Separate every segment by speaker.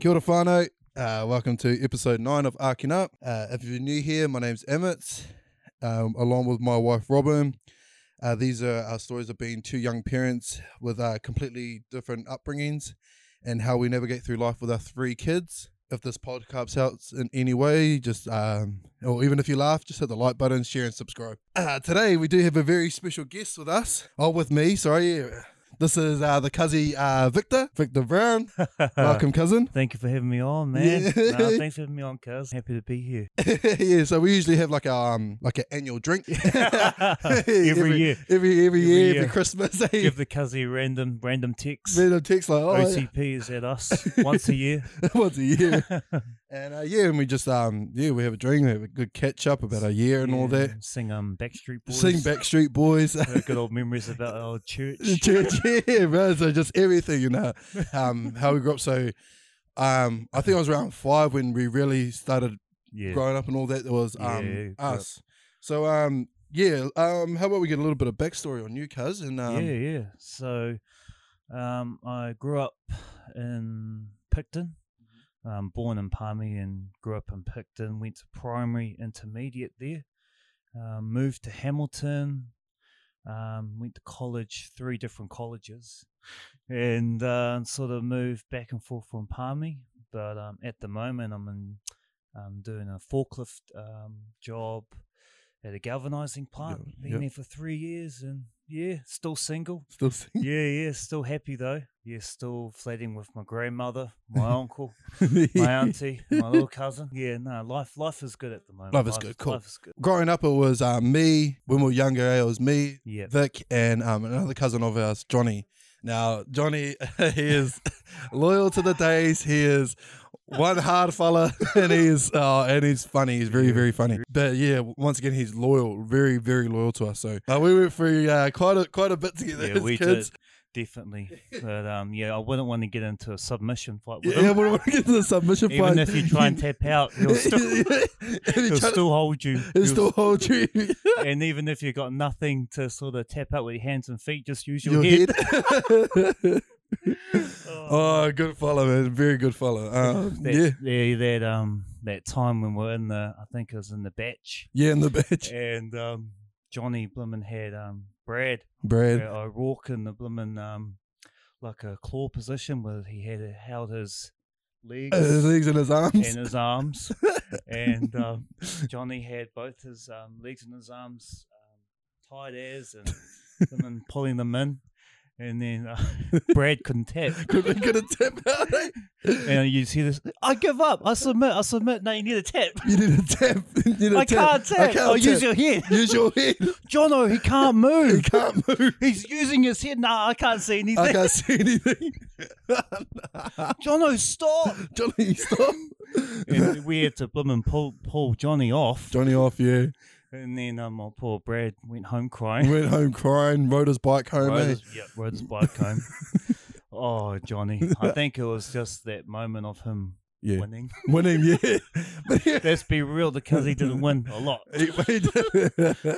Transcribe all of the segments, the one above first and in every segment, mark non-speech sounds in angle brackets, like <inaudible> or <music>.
Speaker 1: Kia ora whānau. Uh, welcome to episode 9 of Arcing Up. Uh, if you're new here, my name's Emmett, um, along with my wife Robin. Uh, these are our stories of being two young parents with uh, completely different upbringings and how we navigate through life with our three kids. If this podcast helps in any way, just um, or even if you laugh, just hit the like button, share, and subscribe. Uh, today we do have a very special guest with us. Oh, with me, sorry. This is uh, the cousin uh, Victor, Victor Brown. Welcome, cousin.
Speaker 2: <laughs> Thank you for having me on, man.
Speaker 1: <laughs> Yeah.
Speaker 2: Nah, thanks for having me on, cuz. Happy to
Speaker 1: <laughs>
Speaker 2: be here. <laughs>
Speaker 1: yeah, so we usually have like a um like an annual drink
Speaker 2: Every year.
Speaker 1: <laughs> every every year, every
Speaker 2: year.
Speaker 1: Christmas. <laughs>
Speaker 2: Give the cuzzy random random text.
Speaker 1: Random text like oh yeah,
Speaker 2: OCP is at us once a year.
Speaker 1: <laughs> once a year,
Speaker 2: <laughs>
Speaker 1: and uh, yeah, and we just um yeah we have a drink, we have a good catch up about our year and all
Speaker 2: Yeah,
Speaker 1: that.
Speaker 2: Sing um Backstreet Boys.
Speaker 1: Sing Backstreet
Speaker 2: <laughs>
Speaker 1: Boys, <laughs>
Speaker 2: Uh, Good old memories about our church.
Speaker 1: church, yeah, bro. So just everything, you know, um how we grew up. So um I think I was around five when we really started
Speaker 2: Yeah.
Speaker 1: growing up and all that. There was um
Speaker 2: Yeah, grew up.
Speaker 1: us. So um yeah um how about we get a little bit of backstory on you, cuz and um.
Speaker 2: yeah, yeah. So um, I grew up in Picton, um, born in Palmy and grew up in Picton, went to primary intermediate there, um, moved to Hamilton, um, went to college, three different colleges, and uh, sort of moved back and forth from Palmy. But um, at the moment, I'm in, um, doing a forklift um, job at a galvanizing plant. Been
Speaker 1: yep.
Speaker 2: there for three years, and yeah, still
Speaker 1: <laughs>
Speaker 2: single.
Speaker 1: Still sing.
Speaker 2: <laughs> Yeah, yeah, still happy though. Yeah, still flirting with my grandmother,
Speaker 1: <laughs>
Speaker 2: my uncle, my auntie, my little cousin. Yeah, no, life life is good at the moment.
Speaker 1: Life is good, cool.
Speaker 2: Life is good.
Speaker 1: Growing up, it was uh, me when we were younger. eh, It was me,
Speaker 2: Yeah.
Speaker 1: Vic, and um, another cousin of ours, Johnny. Now, Johnny, <laughs> he is loyal to the days. He is one hard fella, <laughs> and he's uh, and he's funny. He's very, very funny. But yeah, once again, he's loyal, very, very loyal to us. So uh, we went through uh, quite a quite a bit <laughs> together
Speaker 2: Yeah,
Speaker 1: as
Speaker 2: we
Speaker 1: kids.
Speaker 2: did definitely. But um, yeah, I wouldn't want to get into a submission fight with
Speaker 1: Yeah,
Speaker 2: him.
Speaker 1: we <laughs> want to get to the submission
Speaker 2: Even
Speaker 1: part.
Speaker 2: if
Speaker 1: <laughs>
Speaker 2: you try and tap out, he'll still, <laughs>
Speaker 1: If you
Speaker 2: he'll
Speaker 1: try to-
Speaker 2: still hold you.
Speaker 1: he'll
Speaker 2: He'll-
Speaker 1: still <laughs> hold you.
Speaker 2: and even if you've got nothing to sort of tap out with your hands and feet, just use
Speaker 1: Your
Speaker 2: your, head.
Speaker 1: head.
Speaker 2: <laughs>
Speaker 1: <laughs>
Speaker 2: Oh.
Speaker 1: Oh, good follow, man. Very good follow. Um,
Speaker 2: that,
Speaker 1: yeah.
Speaker 2: yeah, that um, that time when we are in the, I think it was in the batch,
Speaker 1: Yeah, in the bench.
Speaker 2: and um, Johnny Blimmin had um, Brad
Speaker 1: Brad.
Speaker 2: uh, O'Rourke in the Blimmin um, like a claw position where he had held his legs
Speaker 1: Uh, his <laughs> legs in his <laughs>
Speaker 2: and
Speaker 1: arms.
Speaker 2: his arms, and um, Johnny had both his um, legs and his arms um, tied as and Blimmin
Speaker 1: <laughs>
Speaker 2: pulling them in, and then uh, Brad couldn't tap.
Speaker 1: Could be good at tap out. eh?
Speaker 2: And you see this, I give up, I submit, I submit. No, you need a tap.
Speaker 1: <laughs> You need a tap. <laughs> You need a
Speaker 2: I can't tap.
Speaker 1: I can't
Speaker 2: I'll
Speaker 1: tap.
Speaker 2: use your head.
Speaker 1: Use your head. <laughs>
Speaker 2: Jono, he can't
Speaker 1: You
Speaker 2: move.
Speaker 1: can't move.
Speaker 2: He's using his head. Nah, I can't see anything.
Speaker 1: I can't see anything.
Speaker 2: <laughs>
Speaker 1: <laughs>
Speaker 2: Jono, stop.
Speaker 1: Johnny, stop.
Speaker 2: and we had to blim and pull, pull Johnny
Speaker 1: <laughs>
Speaker 2: off.
Speaker 1: Johnny off, yeah.
Speaker 2: And then um, my poor Brad went home
Speaker 1: <laughs>
Speaker 2: crying.
Speaker 1: Went home crying, rode his bike home,
Speaker 2: Rode
Speaker 1: eh?
Speaker 2: his, yep, rode his
Speaker 1: <laughs>
Speaker 2: bike home. oh, Johnny. I think it was just that moment of him
Speaker 1: Yeah.
Speaker 2: winning.
Speaker 1: Winning, yeah. <laughs> But
Speaker 2: <laughs>
Speaker 1: yeah.
Speaker 2: Let's be real, the he didn't win a lot.
Speaker 1: <laughs> he- <laughs> he-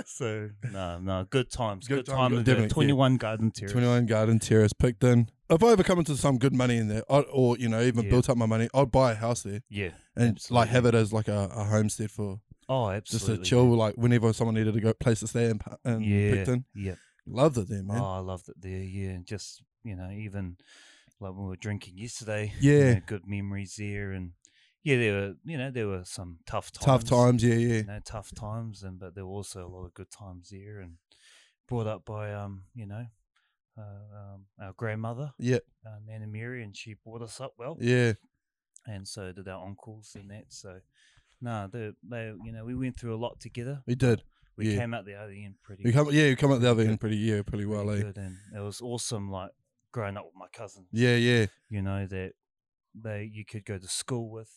Speaker 2: So, no, no, good times.
Speaker 1: Good
Speaker 2: Good,
Speaker 1: time,
Speaker 2: time.
Speaker 1: good- definitely,
Speaker 2: of the
Speaker 1: yeah.
Speaker 2: 21 Garden Terrace.
Speaker 1: 21 Garden Terrace, Picton. If I ever come into some good money in there, I'd, or, you know, even
Speaker 2: Yeah.
Speaker 1: built up my money, I'd buy a house there.
Speaker 2: Yeah.
Speaker 1: and like
Speaker 2: Absolutely.
Speaker 1: have it as like a, a homestead for
Speaker 2: Oh,
Speaker 1: just
Speaker 2: absolutely.
Speaker 1: to chill like whenever someone needed to go place to stay in, Pa- in
Speaker 2: Yeah.
Speaker 1: Picton.
Speaker 2: Yeah.
Speaker 1: Loved it there, man.
Speaker 2: Oh, I loved it there. Yeah, and just you know, even like when we were drinking yesterday. you
Speaker 1: yeah,
Speaker 2: know, good memories there, and yeah, there were you know there were some tough times.
Speaker 1: tough times. Yeah, yeah.
Speaker 2: You know, tough times, and but there were also a lot of good times there, and brought up by um you know. Uh, um, our grandmother,
Speaker 1: Yeah.
Speaker 2: uh, Nana Mary, and she brought us up well,
Speaker 1: Yeah,
Speaker 2: and so did our uncles and that. So, no, they, they, you know, we went through a lot together.
Speaker 1: we did.
Speaker 2: We
Speaker 1: Yeah.
Speaker 2: came out the other end pretty.
Speaker 1: We come, yeah, we come up the other
Speaker 2: Good.
Speaker 1: end pretty, yeah, pretty well,
Speaker 2: pretty
Speaker 1: eh?
Speaker 2: good, and it was awesome. Like growing up with my cousin,
Speaker 1: Yeah, yeah,
Speaker 2: you know that they you could go to school with,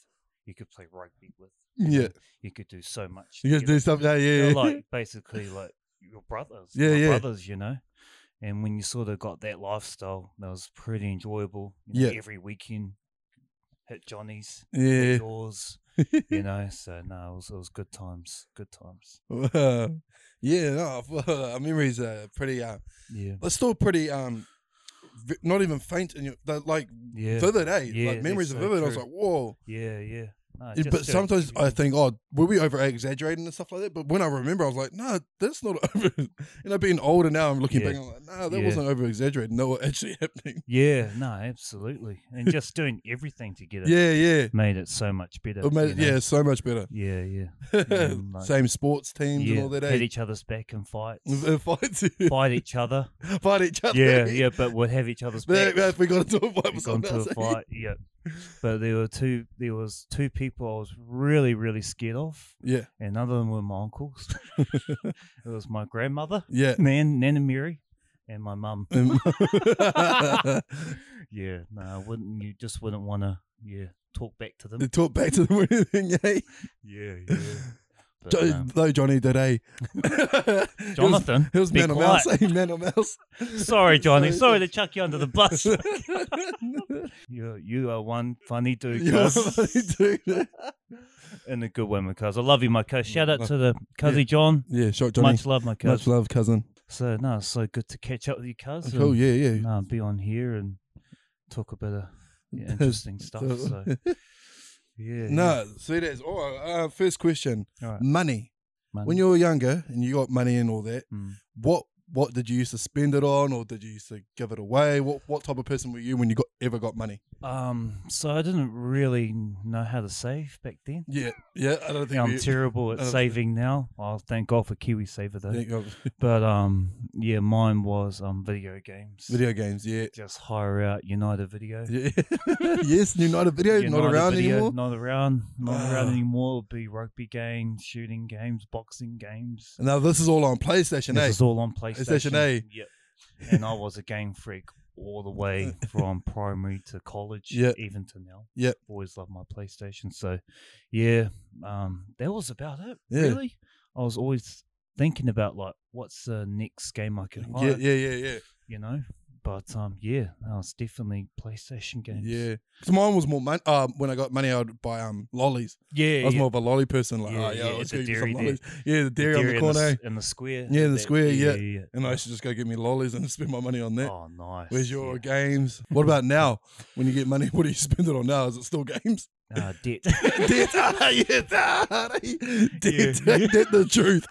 Speaker 2: you could play rugby with,
Speaker 1: yeah.
Speaker 2: you could do so much.
Speaker 1: You guys
Speaker 2: together.
Speaker 1: do stuff, yeah, yeah,
Speaker 2: You're
Speaker 1: yeah.
Speaker 2: like basically like your brothers,
Speaker 1: Yeah,
Speaker 2: my
Speaker 1: yeah.
Speaker 2: brothers, you know. And when you sort of got that lifestyle, that was pretty enjoyable. you know,
Speaker 1: Yeah.
Speaker 2: every weekend hit Johnny's,
Speaker 1: <laughs> yeah. <laughs>
Speaker 2: hit yours, you know. So no, it was, it was good times, good times.
Speaker 1: yeah, no, <laughs> our memories are pretty. Uh,
Speaker 2: Yeah,
Speaker 1: they're still pretty um, v- not even faint and you're they're, like
Speaker 2: Yeah.
Speaker 1: vivid, eh?
Speaker 2: Yeah,
Speaker 1: like memories
Speaker 2: that's
Speaker 1: are
Speaker 2: so
Speaker 1: vivid. I was
Speaker 2: true.
Speaker 1: like, whoa.
Speaker 2: Yeah, yeah. No,
Speaker 1: Yeah,
Speaker 2: just
Speaker 1: but
Speaker 2: to-
Speaker 1: sometimes
Speaker 2: yeah.
Speaker 1: I think, oh, were we over exaggerating and stuff like that? But when I remember, I was like, no, that's not <laughs> over. you know, being older now, I'm looking
Speaker 2: Yeah.
Speaker 1: back, I'm like, no, that
Speaker 2: Yeah.
Speaker 1: wasn't over exaggerating. No, what actually <laughs> happening.
Speaker 2: <laughs> Yeah, no, absolutely.
Speaker 1: <laughs>
Speaker 2: And just doing everything to get it
Speaker 1: Yeah, yeah.
Speaker 2: made it so much better.
Speaker 1: It made
Speaker 2: you
Speaker 1: it-
Speaker 2: know?
Speaker 1: yeah, so much better.
Speaker 2: Yeah, yeah.
Speaker 1: <laughs>
Speaker 2: Mm, like-
Speaker 1: Same sports teams and
Speaker 2: yeah.
Speaker 1: all that.
Speaker 2: Hit
Speaker 1: Eh? <laughs>
Speaker 2: each other's back and fight. <laughs>
Speaker 1: Fights,
Speaker 2: fight
Speaker 1: <laughs>
Speaker 2: each other.
Speaker 1: fight each other. eh?
Speaker 2: Yeah, yeah, but we'd have each other's
Speaker 1: But
Speaker 2: back.
Speaker 1: if we got into a <laughs>
Speaker 2: <laughs>
Speaker 1: fight,
Speaker 2: We
Speaker 1: with
Speaker 2: got into
Speaker 1: someone
Speaker 2: a
Speaker 1: else, eh?
Speaker 2: fight. Yeah. But there were two there was two people I was really, really scared of.
Speaker 1: Yeah,
Speaker 2: And other than were my uncles. <laughs> it was my grandmother, <laughs>
Speaker 1: yeah.
Speaker 2: Nan Nana Mary, and my mum.
Speaker 1: Um, <laughs>
Speaker 2: Yeah, no, I wouldn't you just wouldn't wanna yeah, talk back
Speaker 1: <laughs>
Speaker 2: to them.
Speaker 1: they talk back to them or anything, eh?
Speaker 2: Yeah, But,
Speaker 1: Jo-
Speaker 2: um,
Speaker 1: Though Johnny did,
Speaker 2: <laughs>
Speaker 1: eh?
Speaker 2: Jonathan,
Speaker 1: It was
Speaker 2: be
Speaker 1: Man or
Speaker 2: quiet.
Speaker 1: Mouse. eh? Man or
Speaker 2: <laughs>
Speaker 1: Mouse. <laughs>
Speaker 2: Sorry, Johnny.
Speaker 1: Sorry.
Speaker 2: Sorry to chuck you under the
Speaker 1: <laughs>
Speaker 2: bus. you, you are one funny dude,
Speaker 1: You know <laughs>
Speaker 2: cuz.
Speaker 1: what they do?
Speaker 2: and a good woman, cuz. I love you, my cuz. Shout out
Speaker 1: Love-
Speaker 2: to the cuzzy John.
Speaker 1: Yeah, short Johnny.
Speaker 2: Much love, my cuz.
Speaker 1: Much love, cousin.
Speaker 2: So, no, it's so good to catch up with you, cuz.
Speaker 1: Cool,
Speaker 2: and,
Speaker 1: yeah, yeah.
Speaker 2: no, be on here and talk a bit of
Speaker 1: <laughs>
Speaker 2: yeah, interesting stuff. So, yeah.
Speaker 1: No, sweet as. Oh, uh, first question.
Speaker 2: yeah. All right,
Speaker 1: Money.
Speaker 2: man.
Speaker 1: When you were younger and you got money and all that,
Speaker 2: Mm.
Speaker 1: what what did you used to spend it on or did you used to give it away? What what type of person were you when you got ever got money?
Speaker 2: Um, so I didn't really know how to save back then.
Speaker 1: Yeah, yeah. I don't think
Speaker 2: I'm
Speaker 1: we- <laughs>
Speaker 2: terrible at
Speaker 1: I don't
Speaker 2: saving now. I'll thank God for KiwiSaver though.
Speaker 1: think
Speaker 2: <laughs>
Speaker 1: of
Speaker 2: But um, yeah, mine was um video games.
Speaker 1: video games, yeah.
Speaker 2: Just hire out United Video.
Speaker 1: yeah. <laughs>
Speaker 2: <laughs>
Speaker 1: yes, United Video, not
Speaker 2: United
Speaker 1: around
Speaker 2: Video,
Speaker 1: anymore.
Speaker 2: Not around. Not around
Speaker 1: Ah.
Speaker 2: anymore. It'd be rugby games, shooting games, boxing games.
Speaker 1: now this is all on PlayStation,
Speaker 2: this
Speaker 1: eh?
Speaker 2: is all on PlayStation.
Speaker 1: PlayStation A.
Speaker 2: Yep. and I was a game freak all
Speaker 1: <laughs>
Speaker 2: the way from primary to college,
Speaker 1: Yep.
Speaker 2: even to now.
Speaker 1: Yep.
Speaker 2: Always loved my PlayStation. So, yeah, um, that was about it.
Speaker 1: Yeah.
Speaker 2: Really, I was always thinking about like, what's the next game I could hire?
Speaker 1: yeah, yeah, yeah,
Speaker 2: You know. But um, yeah, no, it's definitely PlayStation
Speaker 1: yeah,
Speaker 2: games.
Speaker 1: yeah. Because mine was more money. Uh, when I got money, I'd buy um lollies.
Speaker 2: yeah.
Speaker 1: I was
Speaker 2: yeah.
Speaker 1: more of a lolly person. Like,
Speaker 2: Yeah,
Speaker 1: oh, yeah,
Speaker 2: yeah,
Speaker 1: let's
Speaker 2: the
Speaker 1: go get me some
Speaker 2: dairy there.
Speaker 1: lollies. Yeah, the
Speaker 2: The
Speaker 1: dairy,
Speaker 2: dairy
Speaker 1: on the
Speaker 2: in
Speaker 1: corner.
Speaker 2: s-
Speaker 1: eh?
Speaker 2: in the square.
Speaker 1: Yeah, in the
Speaker 2: that-
Speaker 1: square, yeah.
Speaker 2: yeah.
Speaker 1: and I used to just go get me lollies and <laughs> spend my money on that.
Speaker 2: Oh, nice.
Speaker 1: Where's your
Speaker 2: yeah.
Speaker 1: games? What about now? When you get money, <laughs> what do you spend it on now? Is it still games? <laughs>
Speaker 2: uh, debt? <laughs>
Speaker 1: Debt, ah, yeah, ah, eh?
Speaker 2: Yeah.
Speaker 1: Debt, ain't that the <laughs> truth?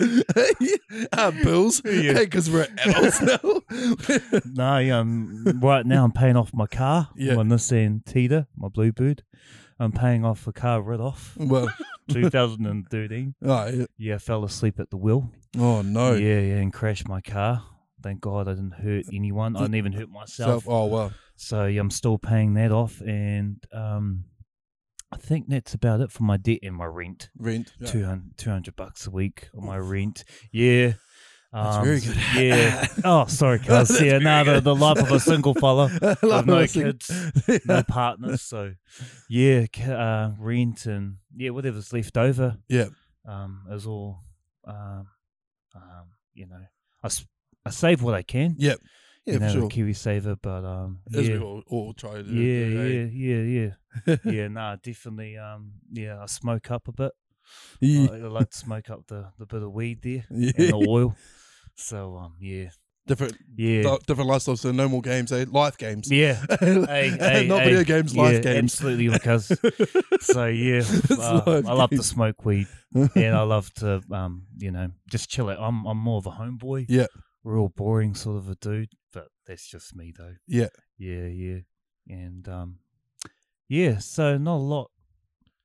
Speaker 1: uh, bills,
Speaker 2: Yeah.
Speaker 1: because we're adults <laughs> now.
Speaker 2: No, yeah, I'm right now I'm paying off my car.
Speaker 1: Yeah.
Speaker 2: My Nissan Tita, my Bluebird. I'm paying off a car writ
Speaker 1: <laughs>
Speaker 2: off.
Speaker 1: well,
Speaker 2: 2013.
Speaker 1: oh, yeah.
Speaker 2: Yeah, I fell asleep at the wheel.
Speaker 1: oh no.
Speaker 2: Yeah, yeah, and crashed my car. Thank God I didn't hurt anyone. I didn't even hurt myself.
Speaker 1: Self- oh wow.
Speaker 2: So yeah, I'm still paying that off, and um, I think that's about it for my debt and my rent.
Speaker 1: Rent. Yeah. <laughs>
Speaker 2: Two hundred, two hundred 200 bucks a week on my rent. Yeah.
Speaker 1: That's
Speaker 2: Um,
Speaker 1: very good. <laughs>
Speaker 2: Yeah. Oh, sorry, cuz.
Speaker 1: That's
Speaker 2: yeah, no,
Speaker 1: very
Speaker 2: the, the life of a single fella.
Speaker 1: Love
Speaker 2: no
Speaker 1: those things. <laughs> Yeah.
Speaker 2: no partners. So, yeah, ca- uh, rent and yeah, whatever's left over.
Speaker 1: Yeah.
Speaker 2: um, is all, um, um, you know, I, s- I save what I can.
Speaker 1: Yeah, Yeah,
Speaker 2: you know,
Speaker 1: for
Speaker 2: the
Speaker 1: sure.
Speaker 2: Kiwi saver, but um, yeah,
Speaker 1: As we all, all try to do.
Speaker 2: yeah,
Speaker 1: eh?
Speaker 2: yeah, yeah, yeah,
Speaker 1: <laughs>
Speaker 2: yeah. Nah, definitely. Um, yeah, I smoke up a bit. I,
Speaker 1: Ye-
Speaker 2: I like to smoke up the the bit of weed
Speaker 1: <laughs>
Speaker 2: there
Speaker 1: yeah.
Speaker 2: and the oil. So um, yeah,
Speaker 1: Different,
Speaker 2: yeah,
Speaker 1: different lifestyles. So no more games, eh? Life <laughs> games.
Speaker 2: yeah. Hey, hey,
Speaker 1: Not
Speaker 2: hey.
Speaker 1: video games, life
Speaker 2: yeah,
Speaker 1: games.
Speaker 2: Absolutely, because
Speaker 1: <laughs>
Speaker 2: so yeah, uh,
Speaker 1: life
Speaker 2: I love to
Speaker 1: games.
Speaker 2: smoke weed and I love to um, you know, just chill out. I'm I'm more of a homeboy.
Speaker 1: Yeah.
Speaker 2: real boring sort of a dude, but that's just me though.
Speaker 1: Yeah.
Speaker 2: yeah, yeah, and um, yeah. So not a lot,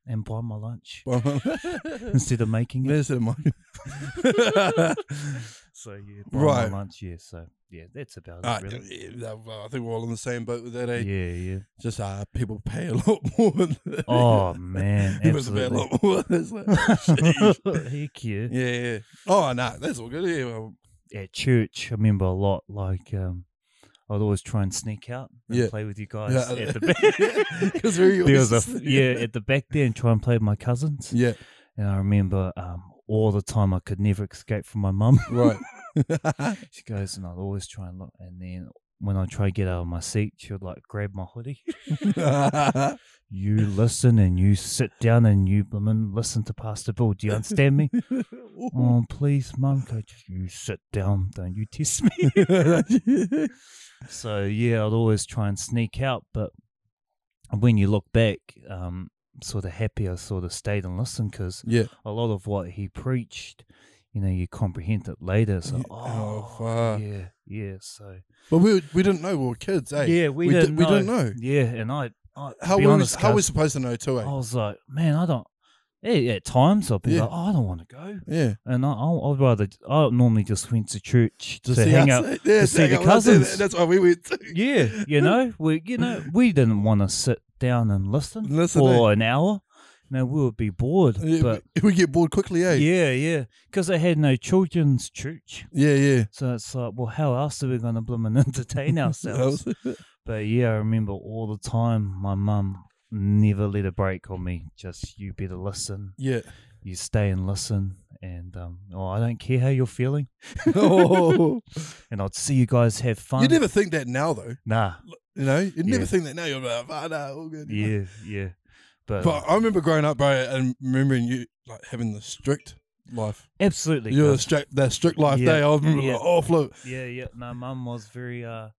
Speaker 2: and buy my lunch instead of making
Speaker 1: <laughs>
Speaker 2: it.
Speaker 1: There's it,
Speaker 2: <laughs>
Speaker 1: Mike.
Speaker 2: So yeah, buy
Speaker 1: Right.
Speaker 2: my lunch. Yeah, so yeah, that's about
Speaker 1: Ah,
Speaker 2: it. Really.
Speaker 1: yeah, yeah, well, I think we're all in the same boat with that, eh?
Speaker 2: Yeah,
Speaker 1: <laughs>
Speaker 2: yeah.
Speaker 1: Just uh, people pay a lot <laughs> more. Than <laughs>
Speaker 2: Oh man,
Speaker 1: it was a <laughs>
Speaker 2: absolutely.
Speaker 1: lot more. It's like, sheesh.
Speaker 2: <laughs> Heck yeah.
Speaker 1: yeah, yeah. Oh, no, that's all good. Yeah, well,
Speaker 2: at church, I remember a lot. Like, um, I'd always try and sneak out and
Speaker 1: Yeah.
Speaker 2: play with you guys
Speaker 1: Yeah. <laughs>
Speaker 2: at the back.
Speaker 1: Because we
Speaker 2: there was a
Speaker 1: always- <laughs>
Speaker 2: f- yeah at the back there and try and play with my cousins.
Speaker 1: yeah,
Speaker 2: And I remember um, all the time
Speaker 1: <laughs>
Speaker 2: I could never escape from my mum.
Speaker 1: right.
Speaker 2: she goes and I'd always try and look, and then when I try to get out of my seat, she would like grab my hoodie. <laughs>
Speaker 1: yeah,
Speaker 2: You listen and you sit down and you bloomin' listen to Pastor Bill. Do you
Speaker 1: <laughs>
Speaker 2: understand me? oh, please, Mum, could you sit down? Don't you test
Speaker 1: <laughs>
Speaker 2: me. So yeah, I'd always try and sneak out, but when you look back, um, sort of happy I sort of stayed and listened because
Speaker 1: yeah.
Speaker 2: a lot of what he preached, you know, you comprehend it later. So
Speaker 1: Yeah.
Speaker 2: oh,
Speaker 1: Oh, fuck.
Speaker 2: yeah, yeah. So
Speaker 1: But we were- we didn't know we were kids, eh?
Speaker 2: yeah, we,
Speaker 1: we di-
Speaker 2: didn't
Speaker 1: we
Speaker 2: know.
Speaker 1: didn't know.
Speaker 2: Yeah, and I, I
Speaker 1: How
Speaker 2: to be
Speaker 1: were
Speaker 2: honest,
Speaker 1: we, how
Speaker 2: cuz, Oh.
Speaker 1: we supposed to know too, eh?
Speaker 2: I was like, man, I don't. Yeah, at times I'll be
Speaker 1: Yeah.
Speaker 2: like, oh, I don't want to go,
Speaker 1: Yeah.
Speaker 2: and I, I'll, I'd rather. I normally just went to church
Speaker 1: To,
Speaker 2: to
Speaker 1: see
Speaker 2: hang
Speaker 1: us,
Speaker 2: out.
Speaker 1: eh? <laughs> yeah,
Speaker 2: to
Speaker 1: to
Speaker 2: see
Speaker 1: hang
Speaker 2: the
Speaker 1: out with us, yeah,
Speaker 2: cousins.
Speaker 1: That's why we went. To.
Speaker 2: Yeah, you know, we you know we didn't want to sit down and listen,
Speaker 1: Listen, eh?
Speaker 2: for an hour. No, we would be bored.
Speaker 1: <laughs> Yeah,
Speaker 2: but
Speaker 1: we- we get bored quickly, eh?
Speaker 2: yeah, yeah, because they had no children's church,
Speaker 1: yeah, yeah.
Speaker 2: so it's like, well, how else are we going to bloom and <laughs>
Speaker 1: <laughs>
Speaker 2: entertain ourselves? but yeah, I remember all the time my mum never let a break on me. Just you better listen,
Speaker 1: yeah.
Speaker 2: you stay and listen, and um, oh, I don't care how you're feeling,
Speaker 1: <laughs> oh.
Speaker 2: <laughs> and I'd see you guys have fun.
Speaker 1: You never think that now, though.
Speaker 2: nah,
Speaker 1: You know, you never
Speaker 2: Yeah.
Speaker 1: think that now. You're like, ah, nah, all good.
Speaker 2: yeah, yeah, but,
Speaker 1: But I remember growing up, bro, and remembering you like having the strict life.
Speaker 2: absolutely,
Speaker 1: You're
Speaker 2: bro.
Speaker 1: the strict, that strict life
Speaker 2: uh, Yeah.
Speaker 1: day. I remember
Speaker 2: Yeah.
Speaker 1: like, oh, flip.
Speaker 2: Yeah, yeah. No, mum was very
Speaker 1: <laughs>
Speaker 2: uh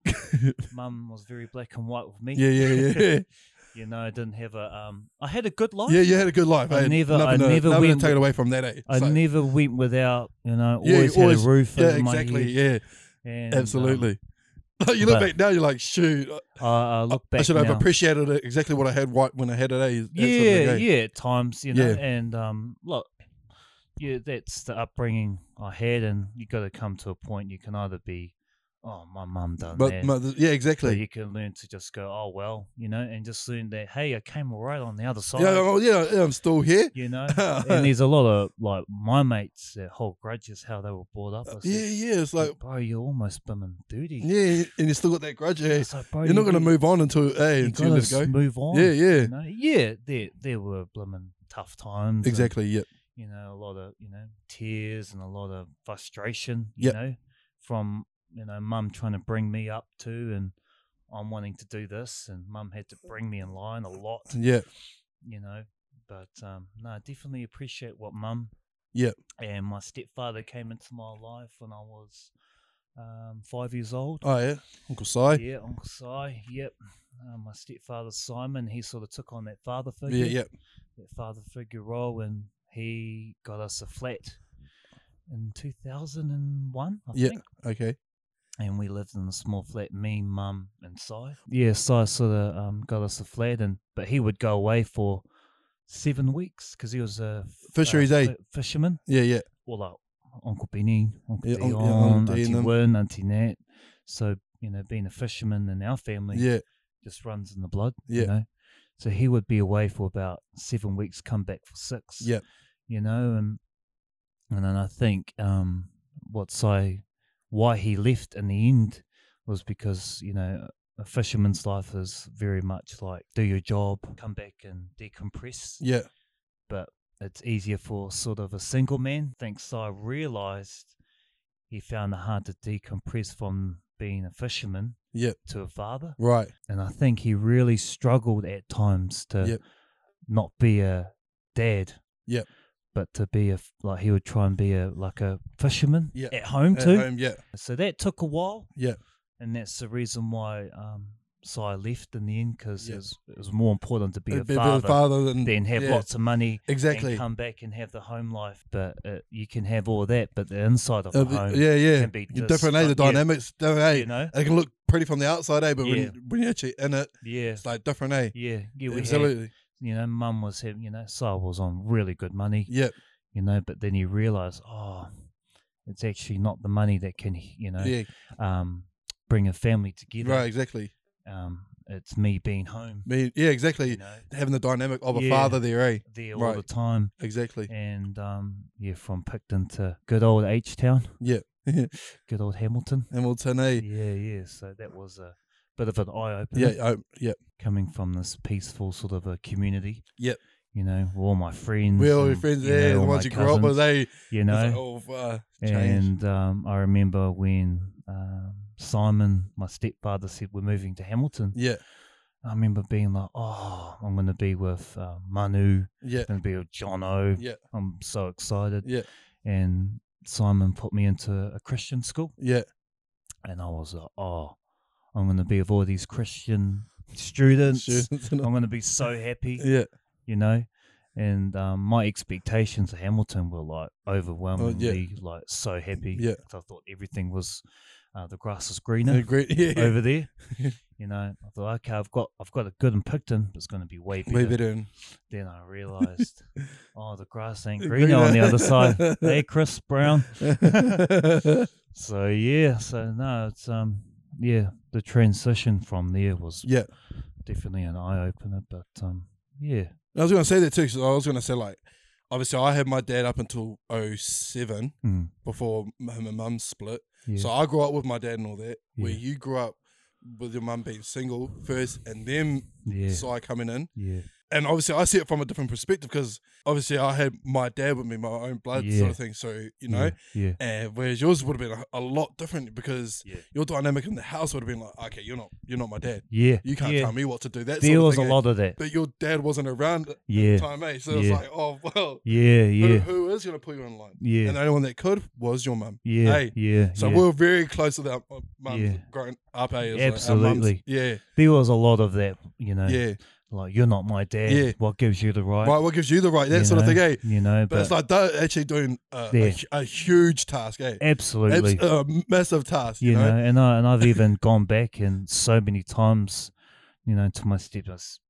Speaker 2: mum was very black and white with me.
Speaker 1: Yeah, yeah, yeah,
Speaker 2: <laughs>
Speaker 1: yeah. <laughs>
Speaker 2: You know, I didn't have a um I had a good life.
Speaker 1: yeah, you had a good life.
Speaker 2: I
Speaker 1: eh?
Speaker 2: never- I
Speaker 1: nothing to,
Speaker 2: never
Speaker 1: nothing
Speaker 2: went-
Speaker 1: to take it away from that. Eh?
Speaker 2: I
Speaker 1: So-
Speaker 2: never went without, you know,
Speaker 1: Yeah, you
Speaker 2: always,
Speaker 1: always-
Speaker 2: had a roof
Speaker 1: yeah,
Speaker 2: over my
Speaker 1: exactly.
Speaker 2: head.
Speaker 1: Yeah,
Speaker 2: and, um,
Speaker 1: absolutely. <laughs> you look
Speaker 2: but-
Speaker 1: back now, you're like, shoot, I-
Speaker 2: I, I look back
Speaker 1: I should
Speaker 2: now.
Speaker 1: have appreciated it exactly what I had right when I had it. Eh? That sort of
Speaker 2: yeah,
Speaker 1: thing, eh?
Speaker 2: yeah, at times, you know,
Speaker 1: Yeah.
Speaker 2: and um look, yeah, that's the upbringing I had and you gotta come to a point you can either be oh my mum done
Speaker 1: But
Speaker 2: that.
Speaker 1: my, yeah,
Speaker 2: or
Speaker 1: exactly.
Speaker 2: you can learn to just go, oh well, you know, and just learn that hey, I came all right on the other side.
Speaker 1: Yeah, oh, yeah, yeah, I'm still here. <laughs>
Speaker 2: you know. <laughs> and
Speaker 1: yeah,
Speaker 2: there's a lot of like my mates that hold grudges how they were brought up. I
Speaker 1: Uh,
Speaker 2: said,
Speaker 1: yeah, it's
Speaker 2: <laughs>
Speaker 1: like,
Speaker 2: bro, you're almost bumming duty.
Speaker 1: yeah, and you still got that grudge. Eh?
Speaker 2: It's like, bro,
Speaker 1: You're not
Speaker 2: you-
Speaker 1: going to move on until, hey,
Speaker 2: You
Speaker 1: until you let
Speaker 2: gotta
Speaker 1: it go.
Speaker 2: s- move on.
Speaker 1: Yeah, yeah.
Speaker 2: You know? Yeah, there there were blooming tough times. and,
Speaker 1: Exactly. Yeah.
Speaker 2: you know, a lot of you know tears and a lot of frustration. You
Speaker 1: Yep.
Speaker 2: know, from you know mum trying to bring me up too and. I'm wanting to do this, and Mum had to bring me in line a lot.
Speaker 1: Yeah.
Speaker 2: you know. But um, no, I definitely appreciate what mum.
Speaker 1: Yep.
Speaker 2: And my stepfather came into my life when I was um, five years old.
Speaker 1: Oh yeah. Uncle Si.
Speaker 2: Yeah, Uncle Si. Yep. Uh, my stepfather Simon, he sort of took on that father figure,
Speaker 1: Yeah. Yeah.
Speaker 2: that father figure role, and he got us a flat in 2001, I
Speaker 1: Yeah.
Speaker 2: think
Speaker 1: Okay.
Speaker 2: and we lived in a small flat. Me, mum, and Si. Yeah, Si sort of um, got us a flat, and but he would go away for seven weeks because he was a f-
Speaker 1: Fisheries, eh?
Speaker 2: fi- fisherman.
Speaker 1: Yeah. Yeah.
Speaker 2: Well, like Uncle Benny, Uncle
Speaker 1: Yeah,
Speaker 2: Dion,
Speaker 1: Unc- yeah, Uncle um, Dee and
Speaker 2: Auntie
Speaker 1: them.
Speaker 2: Wynn, Auntie Nat. So you know, being a fisherman in our family
Speaker 1: Yeah.
Speaker 2: just runs in the blood.
Speaker 1: Yeah.
Speaker 2: You know? So he would be away for about seven weeks, come back for six.
Speaker 1: Yeah.
Speaker 2: You know, and and then I think um what's I why he left in the end was because, you know, a fisherman's life is very much like do your job, come back and decompress.
Speaker 1: Yeah.
Speaker 2: But it's easier for sort of a single man. Thanks I realized he found it hard to decompress from being a fisherman
Speaker 1: Yeah.
Speaker 2: to a father
Speaker 1: Right.
Speaker 2: and I think he really struggled at times to
Speaker 1: Yep.
Speaker 2: not be a dad.
Speaker 1: Yep.
Speaker 2: But to be a f- like he would try and be a like a fisherman
Speaker 1: Yeah,
Speaker 2: at home
Speaker 1: At
Speaker 2: too.
Speaker 1: home, yeah.
Speaker 2: So that took a while.
Speaker 1: Yep.
Speaker 2: And that's the reason why um Sai left in the end because
Speaker 1: Yep.
Speaker 2: it, was, it was more important to be a
Speaker 1: It'd be
Speaker 2: father,
Speaker 1: father than
Speaker 2: than have
Speaker 1: yeah.
Speaker 2: lots of money.
Speaker 1: Exactly.
Speaker 2: And come back and have the home life, but uh, you can have all that, but the inside of
Speaker 1: Uh,
Speaker 2: the home,
Speaker 1: yeah, yeah.
Speaker 2: can be
Speaker 1: You're different, eh? The
Speaker 2: disrupt- yeah.
Speaker 1: dynamics, different, eh?
Speaker 2: you know,
Speaker 1: They can look pretty from the outside, eh? But
Speaker 2: Yeah.
Speaker 1: when, when you're actually in it,
Speaker 2: yeah,
Speaker 1: it's like different, eh?
Speaker 2: yeah, yeah. We had
Speaker 1: Absolutely.
Speaker 2: you know, mum was having, you know, Sal was on really good money,
Speaker 1: Yeah.
Speaker 2: you know, but then you realise, oh, it's actually not the money that can, you know,
Speaker 1: Yeah.
Speaker 2: um, bring a family together.
Speaker 1: Right. Exactly.
Speaker 2: Um, it's me being home,
Speaker 1: Me. Yeah. Exactly.
Speaker 2: you know,
Speaker 1: Having the dynamic of a
Speaker 2: Yeah.
Speaker 1: father there, eh?
Speaker 2: there all the
Speaker 1: Right.
Speaker 2: time.
Speaker 1: Exactly.
Speaker 2: And um, yeah, from Picton to good old H Town,
Speaker 1: Yeah. <laughs>
Speaker 2: good old Hamilton.
Speaker 1: Hamilton, eh?
Speaker 2: Yeah, yeah. So that was a bit of an eye opener.
Speaker 1: Yeah. oh, yeah.
Speaker 2: coming from this peaceful sort of a community.
Speaker 1: Yep.
Speaker 2: You know, all my friends.
Speaker 1: We all your
Speaker 2: and,
Speaker 1: friends
Speaker 2: you
Speaker 1: there,
Speaker 2: know,
Speaker 1: the
Speaker 2: Mm, all
Speaker 1: ones
Speaker 2: my
Speaker 1: you grew up with,
Speaker 2: cousins,
Speaker 1: eh?
Speaker 2: You
Speaker 1: It's
Speaker 2: know,
Speaker 1: like, oh, uh, change.
Speaker 2: And um, I remember when um, Simon, my stepfather, said we're moving to Hamilton.
Speaker 1: Yeah.
Speaker 2: I remember being like, oh, I'm going to be with uh, Manu,
Speaker 1: Yeah.
Speaker 2: going to be with Jono.
Speaker 1: Yeah.
Speaker 2: I'm so excited.
Speaker 1: Yeah.
Speaker 2: And Simon put me into a Christian school,
Speaker 1: Yeah.
Speaker 2: and I was like, oh, I'm going to be with all these Christian
Speaker 1: <laughs>
Speaker 2: students. <laughs>
Speaker 1: Students and all-
Speaker 2: I'm going to be so
Speaker 1: <laughs>
Speaker 2: happy,
Speaker 1: Yeah.
Speaker 2: you know. And um, my expectations of Hamilton were like overwhelmingly like so happy.
Speaker 1: Oh, Yeah.
Speaker 2: 'cause I thought everything was, uh, the grass is greener
Speaker 1: Agreed. <laughs> Yeah. yeah.
Speaker 2: over there. you know, I thought, okay, I've got I've got a good in Picton, but it's going to be way better.
Speaker 1: Way better. than-
Speaker 2: Then I realised, oh, the grass
Speaker 1: <laughs>
Speaker 2: ain't greener on the other side. hey, Chris Brown. So yeah, so no, it's um, yeah, the transition from there
Speaker 1: <laughs>
Speaker 2: was
Speaker 1: yeah.
Speaker 2: definitely an eye opener, but um, yeah,
Speaker 1: I was going to say that too. 'cause I was going to say like, obviously I had my dad up until 07
Speaker 2: Mm,
Speaker 1: before him and mum split.
Speaker 2: yeah,
Speaker 1: So I grew up with my dad and all that. Where
Speaker 2: Yeah.
Speaker 1: you grew up with your mum being single first, and then
Speaker 2: yeah,
Speaker 1: Sai coming in.
Speaker 2: yeah,
Speaker 1: And obviously I see it from a different perspective because obviously I had my dad with me, my own blood
Speaker 2: Yeah.
Speaker 1: sort of thing. So you know,
Speaker 2: yeah,
Speaker 1: and Eh, whereas yours would have been a, a lot different because
Speaker 2: Yeah.
Speaker 1: your dynamic in the house would have been like, okay, you're not, you're not my dad.
Speaker 2: yeah.
Speaker 1: You can't
Speaker 2: yeah.
Speaker 1: tell me what to do. That
Speaker 2: There
Speaker 1: sort of
Speaker 2: was a
Speaker 1: thing, eh?
Speaker 2: lot of that.
Speaker 1: But your dad wasn't around at
Speaker 2: Yeah,
Speaker 1: the time, eh? So it's
Speaker 2: Yeah.
Speaker 1: like, oh well,
Speaker 2: yeah,
Speaker 1: who,
Speaker 2: yeah,
Speaker 1: who is going to put you in line?
Speaker 2: yeah,
Speaker 1: And the only one that could was your mum.
Speaker 2: yeah,
Speaker 1: hey,
Speaker 2: yeah.
Speaker 1: So
Speaker 2: yeah.
Speaker 1: we were very close to that mum
Speaker 2: Yeah.
Speaker 1: growing up. Eh? It's Like our mums-
Speaker 2: Absolutely. Uh,
Speaker 1: yeah,
Speaker 2: there was a lot of that, you know.
Speaker 1: yeah.
Speaker 2: like you're not my dad.
Speaker 1: Yeah.
Speaker 2: What gives you the right?
Speaker 1: Right, what gives you the right? That
Speaker 2: you
Speaker 1: sort of thing,
Speaker 2: know?
Speaker 1: eh?
Speaker 2: You know,
Speaker 1: But,
Speaker 2: but,
Speaker 1: it's like they're actually doing a, a
Speaker 2: Yeah.
Speaker 1: hu- a, huge task, eh?
Speaker 2: absolutely,
Speaker 1: It's a massive task,
Speaker 2: you,
Speaker 1: you,
Speaker 2: know, and I and I've even gone back and so many times, you know, to my step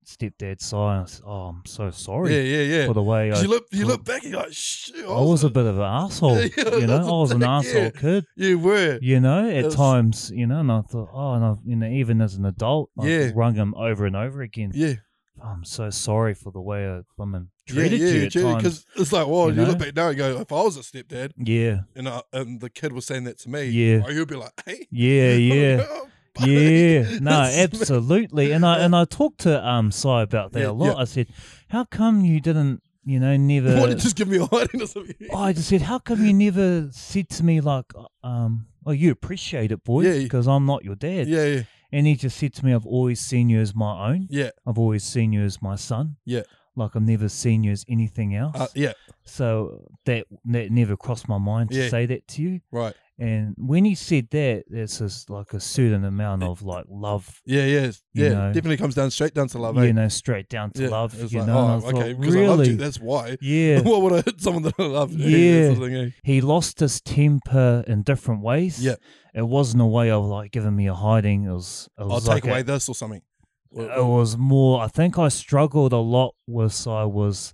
Speaker 2: stepdad's side. I said, oh, I'm so sorry
Speaker 1: Yeah, yeah, yeah.
Speaker 2: for the way I,
Speaker 1: you look, you
Speaker 2: for-
Speaker 1: look back, and you're like, shit.
Speaker 2: I was a bit of an asshole.
Speaker 1: <laughs> Yeah, yeah,
Speaker 2: you know,
Speaker 1: that's
Speaker 2: I was an
Speaker 1: the
Speaker 2: asshole
Speaker 1: thing, yeah.
Speaker 2: kid.
Speaker 1: You
Speaker 2: <laughs>
Speaker 1: were.
Speaker 2: You know, at
Speaker 1: That's-
Speaker 2: times, you know, and I thought, oh, and I've, you know, even as an adult, I've
Speaker 1: Yeah.
Speaker 2: rung him over and over again.
Speaker 1: Yeah,
Speaker 2: "Oh, I'm so sorry for the way a woman
Speaker 1: yeah,
Speaker 2: treated you
Speaker 1: yeah.
Speaker 2: at times.
Speaker 1: Because it's like, well, you,
Speaker 2: you
Speaker 1: look
Speaker 2: know?
Speaker 1: back now and go, if I was a stepdad
Speaker 2: Yeah,
Speaker 1: and I, and the kid was saying that to me,
Speaker 2: Yeah.
Speaker 1: oh, you'd be like, hey, <laughs>
Speaker 2: yeah, yeah.
Speaker 1: oh, buddy,
Speaker 2: <laughs> Yeah, no,
Speaker 1: <laughs> that's-
Speaker 2: absolutely. And I and I talked to um Sai about that
Speaker 1: Yeah,
Speaker 2: a lot.
Speaker 1: yeah.
Speaker 2: I said, "How come you didn't, you know, never?"
Speaker 1: Why did you just give me a hiding or something?
Speaker 2: <laughs> Oh, I just said, "How come you never said to me like, um, oh, you appreciate it, boy,
Speaker 1: Yeah.
Speaker 2: because I'm not your dad."
Speaker 1: <laughs> Yeah, yeah,
Speaker 2: And he just said to me, "I've always seen you as my own.
Speaker 1: yeah,
Speaker 2: I've always seen you as my son.
Speaker 1: Yeah.
Speaker 2: like I've never seen you as anything else.
Speaker 1: uh, yeah.
Speaker 2: so that that never crossed my mind to
Speaker 1: Yeah.
Speaker 2: say that to you."
Speaker 1: Right.
Speaker 2: And when he said that, it's just like a certain amount of like love
Speaker 1: Yeah, yeah, it's-
Speaker 2: You
Speaker 1: yeah.
Speaker 2: know.
Speaker 1: definitely comes down straight down to love. eh?
Speaker 2: you know, straight down to
Speaker 1: Yeah,
Speaker 2: love.
Speaker 1: it's
Speaker 2: You
Speaker 1: like,
Speaker 2: know, and
Speaker 1: oh,
Speaker 2: I thought,
Speaker 1: okay, because I loved you.
Speaker 2: really?
Speaker 1: That's why. <laughs>
Speaker 2: Yeah.
Speaker 1: Why would I hit someone that I loved? Eh, that sort of thing, eh?
Speaker 2: He lost his temper in different ways.
Speaker 1: Yeah.
Speaker 2: It wasn't a way of like giving me a hiding. It was, it
Speaker 1: I'll
Speaker 2: was
Speaker 1: take
Speaker 2: like a- Oh,
Speaker 1: away this or something. Or-
Speaker 2: it was more, I think I struggled a lot with, I was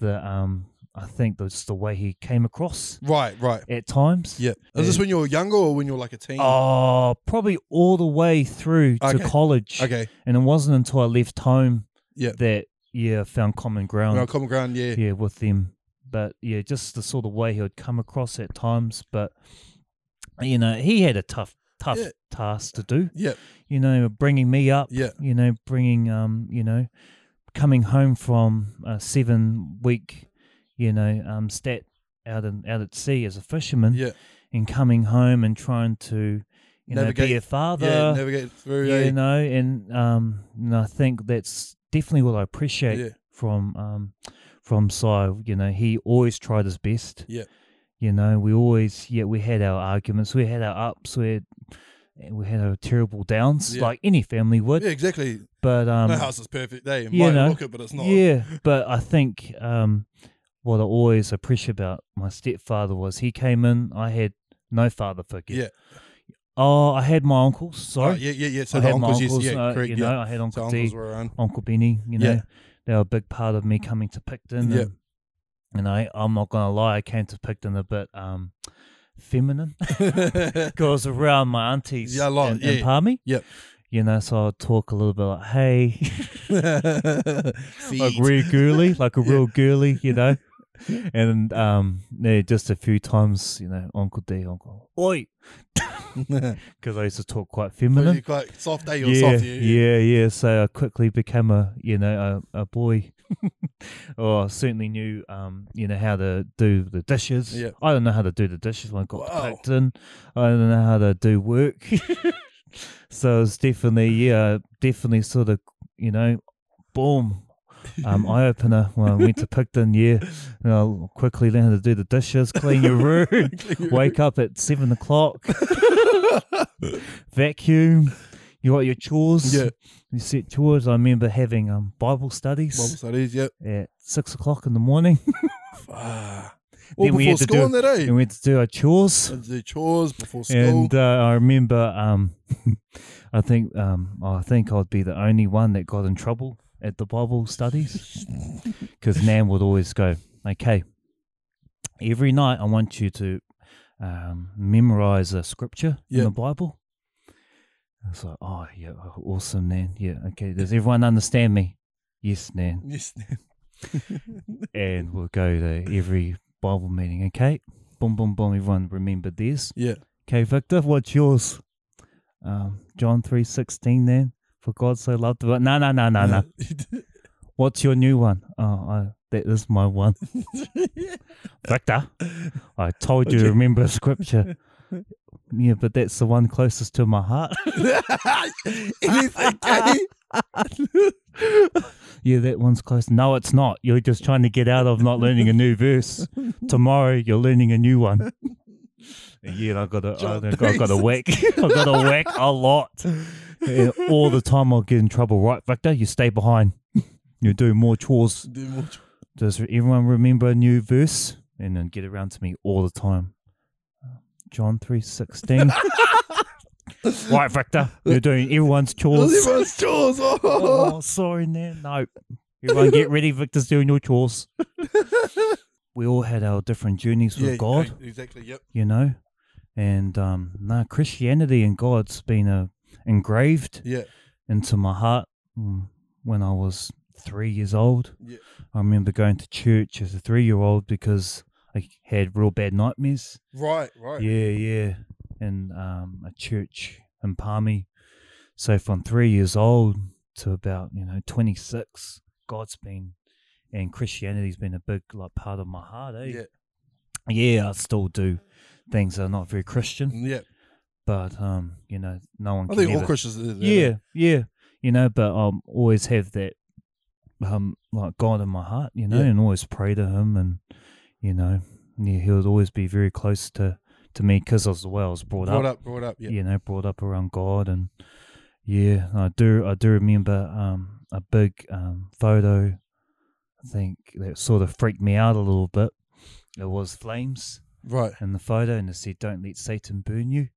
Speaker 2: the, um, I think that's the way he came across
Speaker 1: Right, right.
Speaker 2: at times.
Speaker 1: Yeah. Is this
Speaker 2: Yeah.
Speaker 1: when you were younger or when you were like a teen?
Speaker 2: Oh, probably all the way through
Speaker 1: Okay.
Speaker 2: to college.
Speaker 1: okay.
Speaker 2: And it wasn't until I left home
Speaker 1: Yeah.
Speaker 2: that, yeah, I found common ground.
Speaker 1: Around common ground, yeah.
Speaker 2: yeah, with them. But yeah, just the sort of way he would come across at times. But you know, he had a tough, tough
Speaker 1: Yeah.
Speaker 2: task to do.
Speaker 1: Yeah.
Speaker 2: You know, bringing me up.
Speaker 1: Yeah.
Speaker 2: You know, bringing um, you know, coming home from a seven week, you know, um, stat out in out at sea as a fisherman,
Speaker 1: Yeah.
Speaker 2: and coming home and trying to, you know, be
Speaker 1: Navigate-
Speaker 2: a father.
Speaker 1: Yeah. Navigate through. eh? Yeah.
Speaker 2: you know, and um, and I think that's definitely what I appreciate
Speaker 1: yeah.
Speaker 2: from um from Si, you know, he always tried his best.
Speaker 1: Yeah.
Speaker 2: You know, we always yeah, we had our arguments, we had our ups, we had we had our terrible downs,
Speaker 1: Yeah.
Speaker 2: like any family would.
Speaker 1: Yeah, exactly.
Speaker 2: But um
Speaker 1: no house is perfect. They
Speaker 2: you
Speaker 1: might
Speaker 2: know,
Speaker 1: look it, but it's not.
Speaker 2: Yeah. But I think um what I always appreciate about my stepfather was he came in, I had no father figure.
Speaker 1: Yeah.
Speaker 2: Oh, I had my uncles, sorry.
Speaker 1: Right, yeah, yeah, yeah. So
Speaker 2: I
Speaker 1: the
Speaker 2: had
Speaker 1: uncles,
Speaker 2: my uncles,
Speaker 1: yes, yeah,
Speaker 2: uh,
Speaker 1: correct.
Speaker 2: you
Speaker 1: yeah.
Speaker 2: know, I had
Speaker 1: so
Speaker 2: Uncle D.
Speaker 1: uncles were um, around. <laughs>
Speaker 2: <laughs> Uncle Benny, you know,
Speaker 1: Yeah.
Speaker 2: they were a big part of me coming to Picton.
Speaker 1: Yeah.
Speaker 2: And, you know, I'm not going to lie, I came to Picton a bit um, feminine <laughs> because around my aunties
Speaker 1: Yeah, a lot,
Speaker 2: in,
Speaker 1: yeah.
Speaker 2: in Palmy.
Speaker 1: Yep.
Speaker 2: You know, so I'd talk a little bit
Speaker 1: <laughs>
Speaker 2: like, hey, like
Speaker 1: Feet. <laughs>
Speaker 2: real girly, like a
Speaker 1: Yeah.
Speaker 2: real girly,
Speaker 1: <laughs>
Speaker 2: you know. And um, yeah, just a few times, you know, Uncle D, Uncle, oi, because I used to talk quite
Speaker 1: Well, you're
Speaker 2: feminine.
Speaker 1: quite soft, eh? You're
Speaker 2: yeah,
Speaker 1: soft, you.
Speaker 2: yeah, yeah. So I quickly became a, you know, a, a boy. <laughs> or certainly knew, um, you know, how to do the dishes.
Speaker 1: Yeah.
Speaker 2: I don't know how to do the dishes when I got
Speaker 1: Wow.
Speaker 2: to Picton. I don't know how to do work. <laughs> so it's definitely, yeah, definitely sort of, you know, boom.
Speaker 1: <laughs>
Speaker 2: Um, eye opener when I went to Picton, yeah. And I'll quickly learn how to do the dishes,
Speaker 1: <laughs>
Speaker 2: clean your room, wake up at seven o'clock, vacuum. You got your chores.
Speaker 1: Yeah.
Speaker 2: You set chores. I remember having um Bible
Speaker 1: Bible
Speaker 2: studies
Speaker 1: studies, yep.
Speaker 2: at six o'clock in
Speaker 1: <laughs>
Speaker 2: the morning.
Speaker 1: Ah. All
Speaker 2: Then we
Speaker 1: before
Speaker 2: had to
Speaker 1: school
Speaker 2: do-
Speaker 1: on that, eh?
Speaker 2: and we had to do our chores.
Speaker 1: And do chores before school.
Speaker 2: And uh, I remember, um, <laughs> I think, um, I think I'd be the only one that got in trouble at the Bible
Speaker 1: <laughs>
Speaker 2: studies because Nan would always go, "Okay, every night I want you to um, memorize a scripture
Speaker 1: Yeah.
Speaker 2: in the Bible." I was like, "Oh yeah, awesome, Nan. Yeah, okay. Does everyone understand me?" Yes, Nan.
Speaker 1: <laughs> yes.
Speaker 2: And we'll go to every Bible meeting. Okay, boom, boom, boom. Everyone remembered this.
Speaker 1: yeah.
Speaker 2: Okay, Victor, what's yours? Um, John three sixteen. Then, for God so loved the world. No, no, no, no, no. What's your new one? Oh, I, that is my one. Victor, I told you to
Speaker 1: Okay.
Speaker 2: remember scripture. Yeah, but that's the one closest to my heart.
Speaker 1: <laughs> Anything, Kenny?
Speaker 2: <laughs> yeah, that one's close. No, it's not. You're just trying to get out of not learning a new verse. Tomorrow, you're learning a new one. Yeah, I got a,
Speaker 1: John
Speaker 2: I, I got a whack. I got a whack a lot. And all the time, I'll get in trouble. Right, Victor, you stay behind. You do more chores.
Speaker 1: Do more chores.
Speaker 2: Does everyone remember a new verse? And then get around to me all the time. John three sixteen. <laughs> right, Victor, you're doing everyone's chores.
Speaker 1: Everyone's
Speaker 2: <laughs>
Speaker 1: chores. Oh.
Speaker 2: oh, sorry, Nan. No, everyone get ready. Victor's doing your chores.
Speaker 1: <laughs>
Speaker 2: we all had our different journeys with
Speaker 1: Yeah,
Speaker 2: God,
Speaker 1: Exactly, yep.
Speaker 2: you know, and um, nah, Christianity and God's been uh, engraved
Speaker 1: Yeah.
Speaker 2: into my heart mm, when I was three years old.
Speaker 1: Yeah.
Speaker 2: I remember going to church as a three year old because I had real bad nightmares.
Speaker 1: Right, right.
Speaker 2: Yeah, yeah. In um, a church in Palmy. So from three years old to about, you know, 26, God's been, and Christianity's been a big like part of my heart, eh?
Speaker 1: Yeah.
Speaker 2: Yeah, I still do things that are not very Christian,
Speaker 1: Yeah.
Speaker 2: but, um, you know, no one
Speaker 1: I
Speaker 2: can
Speaker 1: think all
Speaker 2: ever-
Speaker 1: Christians do that.
Speaker 2: yeah, yeah. You know, but um, always have that um like God in my heart, you know,
Speaker 1: Yeah.
Speaker 2: and always pray to Him, and you know, yeah, He would always be very close to to me because of the way I was brought,
Speaker 1: Brought up, brought up, yeah.
Speaker 2: you know, brought up around God, and yeah, I do I do remember um a big um photo, I think that sort of freaked me out a little bit. It was flames
Speaker 1: Right.
Speaker 2: in the photo and it said, "Don't let Satan burn you."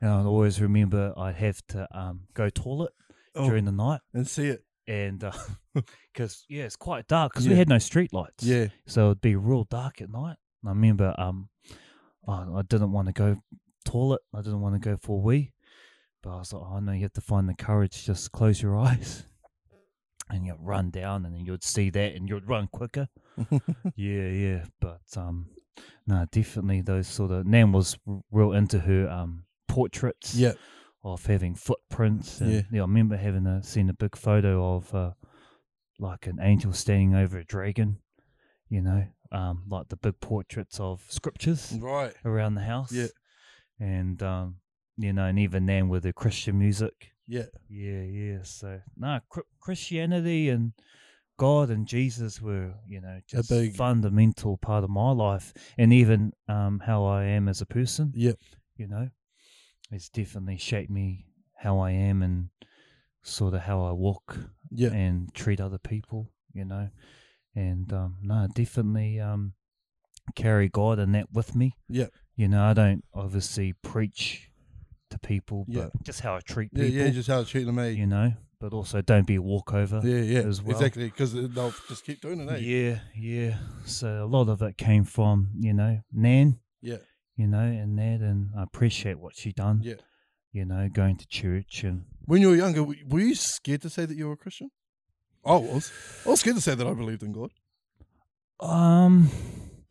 Speaker 2: And I always remember I'd have to um, go toilet
Speaker 1: Oh,
Speaker 2: during the night,
Speaker 1: and see
Speaker 2: <laughs>
Speaker 1: it.
Speaker 2: and
Speaker 1: <laughs>
Speaker 2: because yeah, it's quite dark because
Speaker 1: Yeah.
Speaker 2: we had no street lights,
Speaker 1: Yeah.
Speaker 2: so it'd be real dark at night. And I remember um, I, I didn't want to go toilet, I didn't want to go for a wee, but I was like, "Oh no, you have to find the courage. Just close your eyes." <laughs> And you'd run down, and then you'd see that, and you'd run
Speaker 1: <laughs>
Speaker 2: quicker. Yeah, yeah, but um, no, definitely those sort of. Nan was r- real into her um portraits
Speaker 1: yeah.
Speaker 2: of having footprints. And,
Speaker 1: Yeah.
Speaker 2: yeah. I remember having a seen a big photo of uh, like an angel standing over a dragon. You know, um, like the big portraits of scriptures
Speaker 1: Right.
Speaker 2: around the house.
Speaker 1: Yeah.
Speaker 2: and um, you know, and even Nan with her Christian music.
Speaker 1: Yeah.
Speaker 2: Yeah, yeah. So no, cr- Christianity and God and Jesus were, you know, just
Speaker 1: big-
Speaker 2: fundamental part of my life, and even um, how I am as a person.
Speaker 1: Yep.
Speaker 2: You know, it's definitely shaped me how I am and sort of how I walk
Speaker 1: Yeah.
Speaker 2: and treat other people. You know, and um, no, definitely um, carry God and that with me.
Speaker 1: Yep.
Speaker 2: You know, I don't obviously preach to people,
Speaker 1: Yeah.
Speaker 2: but just how I treat
Speaker 1: Yeah,
Speaker 2: people
Speaker 1: yeah, just how to treat them, eh?
Speaker 2: you know, but also don't be a walkover.
Speaker 1: Yeah, yeah,
Speaker 2: as well.
Speaker 1: exactly, because they'll just keep doing it, eh?
Speaker 2: yeah, yeah. So a lot of it came from, you know, Nan.
Speaker 1: Yeah.
Speaker 2: You know, and that, and I appreciate what she done.
Speaker 1: Yeah.
Speaker 2: You know, going to church and
Speaker 1: When you were younger, w- were you scared to say that you were a Christian? I was. I was scared to say that I believed in God. <laughs>
Speaker 2: um,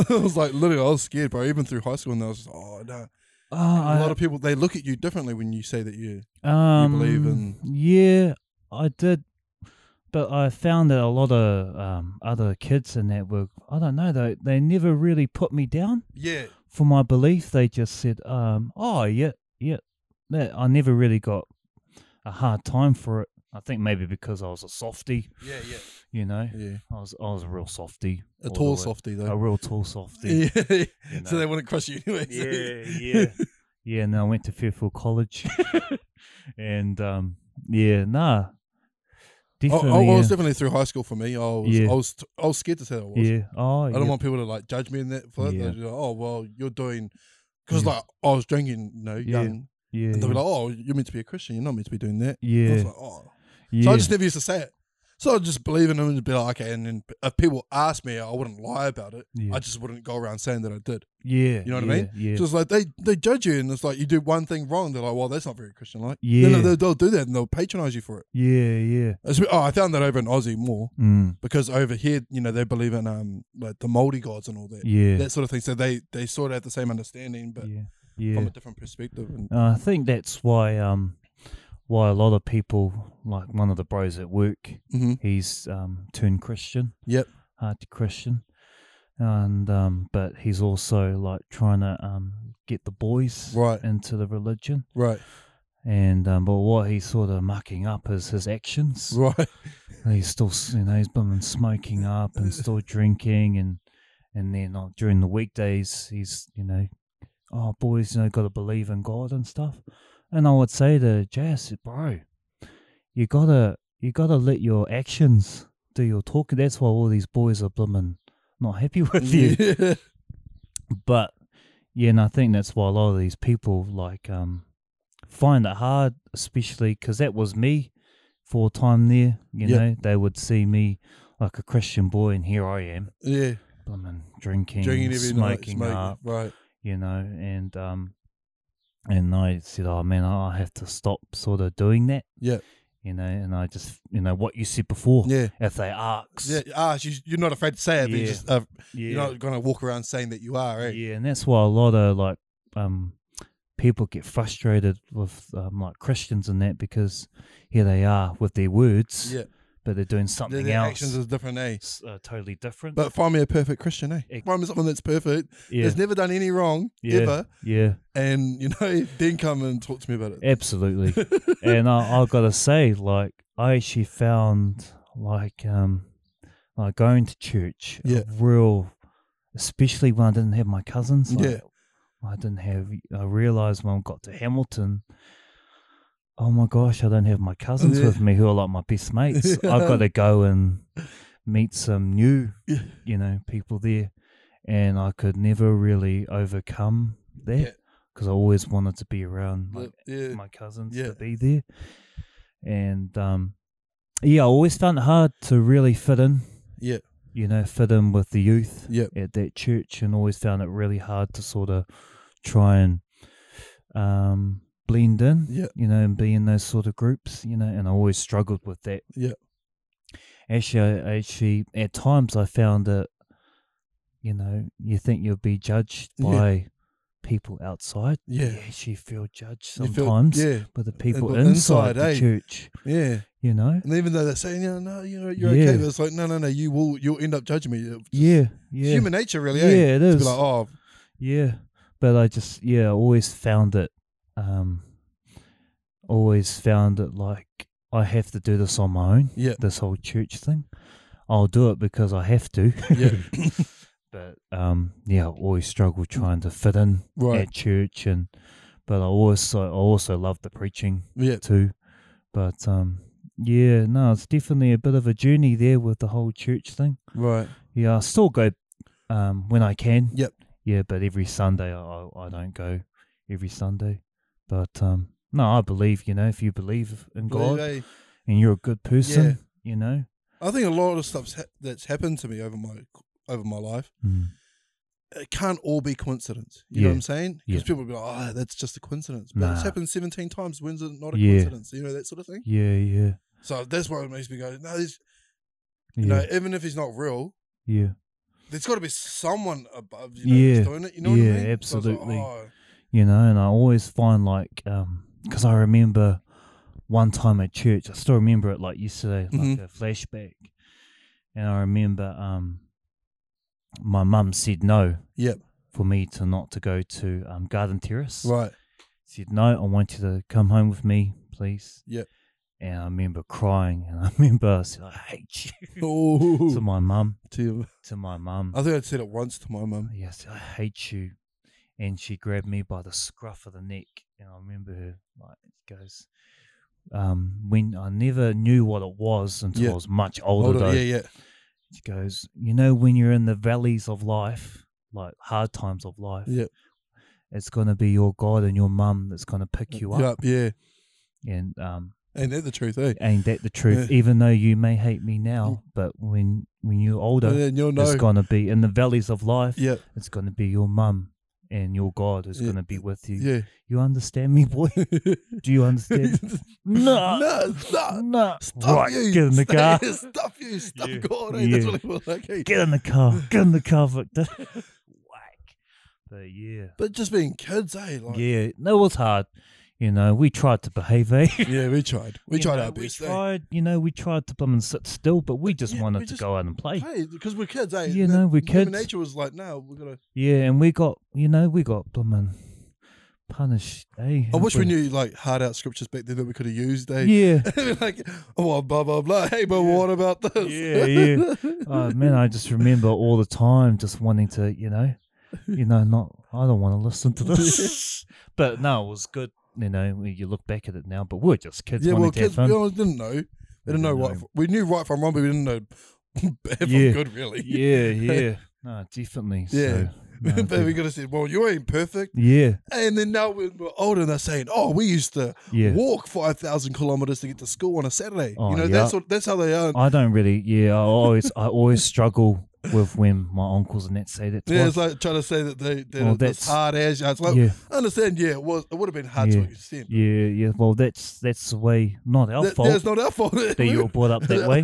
Speaker 1: I was like, literally, I was scared, bro. Even through high school, and I was just, oh, no.
Speaker 2: Oh,
Speaker 1: a lot of people they look at you differently when you say that you.
Speaker 2: um,
Speaker 1: believe in-
Speaker 2: Yeah, I did, but I found that a lot of um, other kids in that were I don't know they they never really put me down
Speaker 1: Yeah,
Speaker 2: for my belief. They just said, um, "Oh, yeah, yeah." That I never really got a hard time for it. I think maybe because I was a softy,
Speaker 1: yeah, yeah,
Speaker 2: you know.
Speaker 1: yeah.
Speaker 2: I was I was a real softy.
Speaker 1: A
Speaker 2: all
Speaker 1: tall
Speaker 2: the way-
Speaker 1: softy
Speaker 2: A
Speaker 1: <laughs> though.
Speaker 2: real tall softy.
Speaker 1: Yeah.
Speaker 2: you
Speaker 1: so they
Speaker 2: know.
Speaker 1: wouldn't crush you anyway.
Speaker 2: yeah, yeah, yeah. And then I went to Fairfield College, and um, yeah, nah,
Speaker 1: <laughs> I,
Speaker 2: definitely,
Speaker 1: Oh,
Speaker 2: uh,
Speaker 1: I was
Speaker 2: yeah.
Speaker 1: definitely through high school for me. I was,
Speaker 2: Yeah.
Speaker 1: I was, I was scared to say that I was.
Speaker 2: yeah. Oh,
Speaker 1: I
Speaker 2: yeah.
Speaker 1: don't want people to like judge me in that for that.
Speaker 2: Yeah.
Speaker 1: They'll be like, oh well, you're doing because
Speaker 2: Yeah.
Speaker 1: like I was drinking, you know,
Speaker 2: Yeah.
Speaker 1: young.
Speaker 2: yeah,
Speaker 1: And they'll be
Speaker 2: yeah,
Speaker 1: like, oh, you're meant to be a Christian. You're not meant to be doing that. And I
Speaker 2: yeah,
Speaker 1: was like, oh.
Speaker 2: yeah.
Speaker 1: So I just never used to say it. So I just believe in them and be like, okay. And then if people asked me, I wouldn't lie about it.
Speaker 2: yeah,
Speaker 1: I just wouldn't go around saying that I did.
Speaker 2: yeah,
Speaker 1: you know what I
Speaker 2: yeah,
Speaker 1: mean?
Speaker 2: Yeah,
Speaker 1: So it's like they, they judge you, and it's like you do one thing wrong. They're like, well, that's not very Christian like.
Speaker 2: Yeah.
Speaker 1: they'll, they'll do that and they'll patronize you for it.
Speaker 2: yeah, yeah.
Speaker 1: It's- oh, I found that over in Aussie more
Speaker 2: Mm,
Speaker 1: because over here, you know, they believe in um like the Maori gods and all that,
Speaker 2: yeah,
Speaker 1: that sort of thing. So they they sort of have the same understanding, but
Speaker 2: yeah, yeah.
Speaker 1: from a different perspective. And
Speaker 2: Uh, I think that's why um why a lot of people like one of the bros at work
Speaker 1: Mhm.
Speaker 2: he's um turned Christian.
Speaker 1: Yep.
Speaker 2: Hard to Christian. And um but he's also like trying to um get the boys
Speaker 1: right,
Speaker 2: into the religion. <laughs>
Speaker 1: right,
Speaker 2: And um but what he's sort of mucking up is his actions.
Speaker 1: right. <laughs>
Speaker 2: He's still s- you know, he's been smoking up and still drinking and and then uh, during the weekdays he's, you know, oh boys, you know, gotta believe in God and stuff. And I would say to Jazz, bro, you gotta you gotta let your actions do your talking. That's why all these boys are blooming not happy <laughs> with you.
Speaker 1: Yeah.
Speaker 2: But yeah, and I think that's why a lot of these people like um find it hard, especially because that was me for a time there. You
Speaker 1: Yeah.
Speaker 2: know, they would see me like a Christian boy, and here I am,
Speaker 1: yeah,
Speaker 2: blooming drinking,
Speaker 1: drinking every night,
Speaker 2: smoking
Speaker 1: smoking.
Speaker 2: up,
Speaker 1: Right,
Speaker 2: you know, and um, and I said, oh man, I I have to stop sort of doing that.
Speaker 1: Yeah.
Speaker 2: You know, and I just, you know, what you said before.
Speaker 1: yeah,
Speaker 2: If they ask,
Speaker 1: yeah. Ah, so you- you're not afraid to say it, but you
Speaker 2: Yeah.
Speaker 1: just, uh,
Speaker 2: yeah.
Speaker 1: you're not going to walk around saying that you are, eh?
Speaker 2: Yeah, and that's why a lot of like um people get frustrated with um, like Christians and that because here they are with their words,
Speaker 1: Yeah.
Speaker 2: but they're
Speaker 1: Their,
Speaker 2: doing something
Speaker 1: their
Speaker 2: else
Speaker 1: actions is different, eh?
Speaker 2: s- uh, totally different.
Speaker 1: But find me a perfect Christian, eh?
Speaker 2: Ex-
Speaker 1: Find me someone that's perfect,
Speaker 2: yeah,
Speaker 1: that's never done any wrong
Speaker 2: Yeah.
Speaker 1: ever,
Speaker 2: yeah,
Speaker 1: and you know, <laughs> then come and talk to me about it.
Speaker 2: absolutely.
Speaker 1: <laughs>
Speaker 2: and I, I've got to say, like I actually found like um like going to church a
Speaker 1: Yeah.
Speaker 2: real, especially when I didn't have my cousins. like,
Speaker 1: Yeah.
Speaker 2: I didn't have. I realized when I got to Hamilton, oh my gosh, I don't have my cousins
Speaker 1: Yeah.
Speaker 2: with me who are like my
Speaker 1: <laughs>
Speaker 2: best mates. I've got to go and meet some new,
Speaker 1: Yeah.
Speaker 2: you know, people there, and I could never really overcome
Speaker 1: Yeah.
Speaker 2: that because I always wanted to be around
Speaker 1: But,
Speaker 2: my,
Speaker 1: yeah.
Speaker 2: my cousins
Speaker 1: Yeah.
Speaker 2: to be there, and um, yeah, I always found it hard to really fit in.
Speaker 1: Yeah.
Speaker 2: you know, fit in with the youth
Speaker 1: Yep.
Speaker 2: at that church and always found it really hard to sort of try and um, blend in,
Speaker 1: Yeah.
Speaker 2: you know, and be in those sort of groups, you know, and I always struggled with that.
Speaker 1: Yeah.
Speaker 2: Actually, I, actually, at times I found that, you know, you think you'll be judged
Speaker 1: Yeah.
Speaker 2: by people outside.
Speaker 1: Yeah.
Speaker 2: You actually feel judged
Speaker 1: You feel-
Speaker 2: sometimes
Speaker 1: yeah,
Speaker 2: by the people
Speaker 1: but inside,
Speaker 2: inside, the
Speaker 1: eh?
Speaker 2: church,
Speaker 1: yeah.
Speaker 2: you know?
Speaker 1: And even though they're saying, "Yeah, no, you know, you're
Speaker 2: Yeah.
Speaker 1: okay," but it's like, no, no, no, you will, you'll end up judging me. It's
Speaker 2: Yeah. Yeah.
Speaker 1: human nature, really.
Speaker 2: yeah,
Speaker 1: eh?
Speaker 2: it
Speaker 1: To
Speaker 2: is.
Speaker 1: be like, oh,
Speaker 2: Yeah, but I just yeah I always found it, um, always found it like I have to do this on my own.
Speaker 1: Yeah.
Speaker 2: this whole church thing, I'll do it because I have to.
Speaker 1: Yeah.
Speaker 2: <laughs>
Speaker 1: <coughs>
Speaker 2: but um, yeah, I always struggle trying to fit in
Speaker 1: right,
Speaker 2: at church, and but I also I also love the preaching
Speaker 1: yeah,
Speaker 2: too, but um, yeah, no, it's definitely a bit of a journey there with the whole church thing.
Speaker 1: right,
Speaker 2: Yeah, I still go um, when I can.
Speaker 1: Yep.
Speaker 2: Yeah, but every Sunday I, I I don't go every Sunday. But um, no, I believe you know if you believe in God
Speaker 1: Believe, eh?
Speaker 2: and you're a good person, you know.
Speaker 1: I think a lot of stuff that's happened to me over my over my life.
Speaker 2: Mm.
Speaker 1: It can't all be coincidence. You know
Speaker 2: Yeah.
Speaker 1: what I'm saying?
Speaker 2: Yeah.
Speaker 1: Because people be like, "Oh, that's just a coincidence." But it's
Speaker 2: Nah.
Speaker 1: happened 17 times. When's it not a
Speaker 2: Yeah.
Speaker 1: coincidence? You know that sort of thing.
Speaker 2: Yeah, yeah,
Speaker 1: So that's why it makes me go, "No, this,
Speaker 2: yeah,
Speaker 1: you know, even if he's not real,
Speaker 2: yeah,
Speaker 1: there's got to be someone above you know,
Speaker 2: Yeah.
Speaker 1: that's doing it. You know
Speaker 2: Yeah,
Speaker 1: what I mean? So it's like,
Speaker 2: absolutely.
Speaker 1: oh,
Speaker 2: you know, and I always find like, because I remember one time at church, I still remember it like yesterday, like
Speaker 1: Mhm.
Speaker 2: a flashback, and I remember um, my mum said no,
Speaker 1: Yep.
Speaker 2: for me to not to go to um, Garden Terrace,
Speaker 1: Right. <laughs>
Speaker 2: said no, I want you to come home with me, please,
Speaker 1: Yep.
Speaker 2: and I remember crying, and I <laughs> remember I said I hate you to
Speaker 1: Oh,
Speaker 2: my mum,
Speaker 1: to your-
Speaker 2: to my mum,
Speaker 1: I think I'd said it once to my mum.
Speaker 2: yes, I hate you. And she grabbed me by the scruff of the neck, and I remember her like it goes, um, when I never knew what it was until
Speaker 1: Yeah.
Speaker 2: I was much older. though.
Speaker 1: yeah, yeah.
Speaker 2: She goes, you know, when you're in the valleys of life, like hard times of life,
Speaker 1: Yeah.
Speaker 2: it's gonna be your God and your mum that's gonna pick you
Speaker 1: Yeah,
Speaker 2: up,
Speaker 1: yeah.
Speaker 2: and um,
Speaker 1: Ain't that the truth, eh?
Speaker 2: ain't that the truth? Even though you may hate me now, but when when you're
Speaker 1: And
Speaker 2: older,
Speaker 1: then you'll
Speaker 2: it's
Speaker 1: know.
Speaker 2: gonna be in the valleys of life <laughs>
Speaker 1: Yeah,
Speaker 2: it's going to be your mum and your God who's
Speaker 1: Yeah,
Speaker 2: going to be with you.
Speaker 1: yeah.
Speaker 2: You understand
Speaker 1: <laughs>
Speaker 2: me, boy? Do you understand? no,
Speaker 1: no, stop.
Speaker 2: no.
Speaker 1: Stop
Speaker 2: right,
Speaker 1: you.
Speaker 2: get in the
Speaker 1: Stay-
Speaker 2: car.
Speaker 1: Stop you. Stop
Speaker 2: Yeah,
Speaker 1: God. Eh? That's
Speaker 2: yeah.
Speaker 1: what it was like. eh?
Speaker 2: Get in the car.
Speaker 1: <laughs>
Speaker 2: Get in the car, Victor. Whack. But yeah,
Speaker 1: But just being kids, eh? Like,
Speaker 2: yeah, no, it was hard. You know, we tried to behave. Eh?
Speaker 1: yeah, we tried. <laughs> We
Speaker 2: You
Speaker 1: tried
Speaker 2: know,
Speaker 1: our
Speaker 2: We
Speaker 1: best. eh?
Speaker 2: tried. You know, we tried to blum and sit still, but we just
Speaker 1: yeah,
Speaker 2: wanted
Speaker 1: we
Speaker 2: to
Speaker 1: just
Speaker 2: go out and play.
Speaker 1: Hey, because we're kids, eh?
Speaker 2: You
Speaker 1: The-
Speaker 2: know, we're
Speaker 1: human
Speaker 2: kids.
Speaker 1: nature was like, no, we're gonna.
Speaker 2: Yeah, and we got. You know, we got blum punished. Eh?
Speaker 1: I wish we
Speaker 2: But-
Speaker 1: knew like hard out scriptures back then that we could have used, eh?
Speaker 2: Yeah.
Speaker 1: <laughs> like, oh, well, blah blah blah. Hey, but what about this?
Speaker 2: Yeah, yeah. Oh man, I just remember all the time just wanting to,
Speaker 1: <laughs>
Speaker 2: you know, you know, not I don't want to listen to this. <laughs> but no, it was good. You know, when you look back at it now, but we're just kids
Speaker 1: yeah,
Speaker 2: wanting
Speaker 1: well,
Speaker 2: to have
Speaker 1: kids, we <laughs>
Speaker 2: fun.
Speaker 1: always didn't know. We didn't know
Speaker 2: didn't
Speaker 1: right.
Speaker 2: know.
Speaker 1: From, we knew right from wrong, but we didn't know <laughs> bad from
Speaker 2: Yeah.
Speaker 1: good, really.
Speaker 2: <laughs>
Speaker 1: <laughs>
Speaker 2: yeah, yeah. No, definitely.
Speaker 1: Yeah.
Speaker 2: So,
Speaker 1: <laughs>
Speaker 2: no,
Speaker 1: but we
Speaker 2: definitely.
Speaker 1: could have said, well, you ain't perfect.
Speaker 2: yeah,
Speaker 1: And then now we're we're older and they're saying, oh, we used to
Speaker 2: yeah.
Speaker 1: walk 5,000 kilometers to get to school on a Saturday.
Speaker 2: Oh,
Speaker 1: you know,
Speaker 2: yeah. Oh,
Speaker 1: that's, what, that's how they are.
Speaker 2: I don't really. Yeah, I always, I always struggle with when my uncles and that say that. To
Speaker 1: yeah,
Speaker 2: us.
Speaker 1: it's like trying to say that they, they're
Speaker 2: Well,
Speaker 1: as
Speaker 2: Oh, that's-
Speaker 1: hard as you. are. It's like,
Speaker 2: yeah,
Speaker 1: I understand, yeah, it, was, it would have been hard to
Speaker 2: Yeah.
Speaker 1: extend.
Speaker 2: yeah, yeah. Well, that's that's the way. Not our
Speaker 1: That,
Speaker 2: fault
Speaker 1: yeah, it's not our fault. <laughs>
Speaker 2: that you were brought up that way.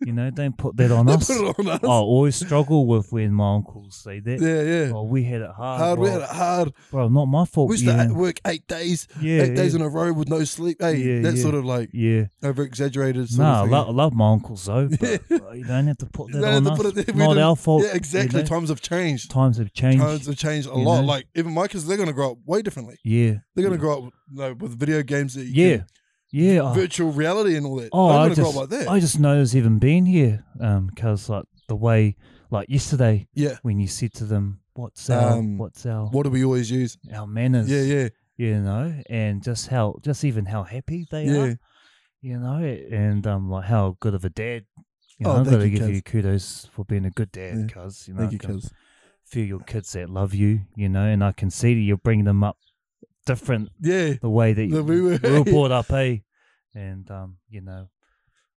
Speaker 2: You know, don't put that on
Speaker 1: they
Speaker 2: us.
Speaker 1: put it on us.
Speaker 2: Oh, I always struggle with when my uncles say that.
Speaker 1: yeah, yeah.
Speaker 2: Oh, we had it hard.
Speaker 1: hard, we
Speaker 2: bro.
Speaker 1: had it hard.
Speaker 2: Bro, not my fault.
Speaker 1: We used
Speaker 2: yeah.
Speaker 1: to work eight days,
Speaker 2: yeah,
Speaker 1: eight days
Speaker 2: yeah.
Speaker 1: in a row with no sleep. Hey,
Speaker 2: Yeah,
Speaker 1: that
Speaker 2: yeah.
Speaker 1: sort of like
Speaker 2: yeah.
Speaker 1: over exaggerated. Sort
Speaker 2: Nah, I,
Speaker 1: of thing.
Speaker 2: lo- I love my uncles though.
Speaker 1: <laughs>
Speaker 2: But
Speaker 1: Yeah.
Speaker 2: bro, you don't have to put
Speaker 1: You
Speaker 2: that
Speaker 1: don't
Speaker 2: on
Speaker 1: have
Speaker 2: us.
Speaker 1: to put it there. We
Speaker 2: not
Speaker 1: don't-
Speaker 2: our fault.
Speaker 1: yeah, exactly.
Speaker 2: you know?
Speaker 1: Times have changed.
Speaker 2: Times have changed.
Speaker 1: Times have changed a
Speaker 2: you
Speaker 1: lot.
Speaker 2: know?
Speaker 1: Like even my kids, they're going to grow up way differently.
Speaker 2: yeah,
Speaker 1: They're going to grow up you know, with video games that you
Speaker 2: yeah,
Speaker 1: can-
Speaker 2: yeah. I-
Speaker 1: virtual reality and all that.
Speaker 2: Oh,
Speaker 1: they're
Speaker 2: I
Speaker 1: going to grow
Speaker 2: just,
Speaker 1: up like that.
Speaker 2: I just noticed even being here, um, because like the way, like yesterday
Speaker 1: yeah.
Speaker 2: when you said to them, "What's our,
Speaker 1: Um,
Speaker 2: what's our,
Speaker 1: What do we always use?
Speaker 2: our manners?"
Speaker 1: Yeah, yeah,
Speaker 2: you know, and just how, just even how happy they
Speaker 1: yeah.
Speaker 2: are, you know, and um, like how good of a dad. You
Speaker 1: Oh,
Speaker 2: know, I've
Speaker 1: thank
Speaker 2: got to
Speaker 1: you,
Speaker 2: give
Speaker 1: Kaz.
Speaker 2: you kudos for being a good dad,
Speaker 1: Yeah.
Speaker 2: because you know,
Speaker 1: Thank you,
Speaker 2: can
Speaker 1: kids.
Speaker 2: feel your kids that love you, you know, and I can see that you're bringing them up different
Speaker 1: Yeah,
Speaker 2: the way that
Speaker 1: That we were-
Speaker 2: you
Speaker 1: <laughs>
Speaker 2: were brought up, eh? And um, you know,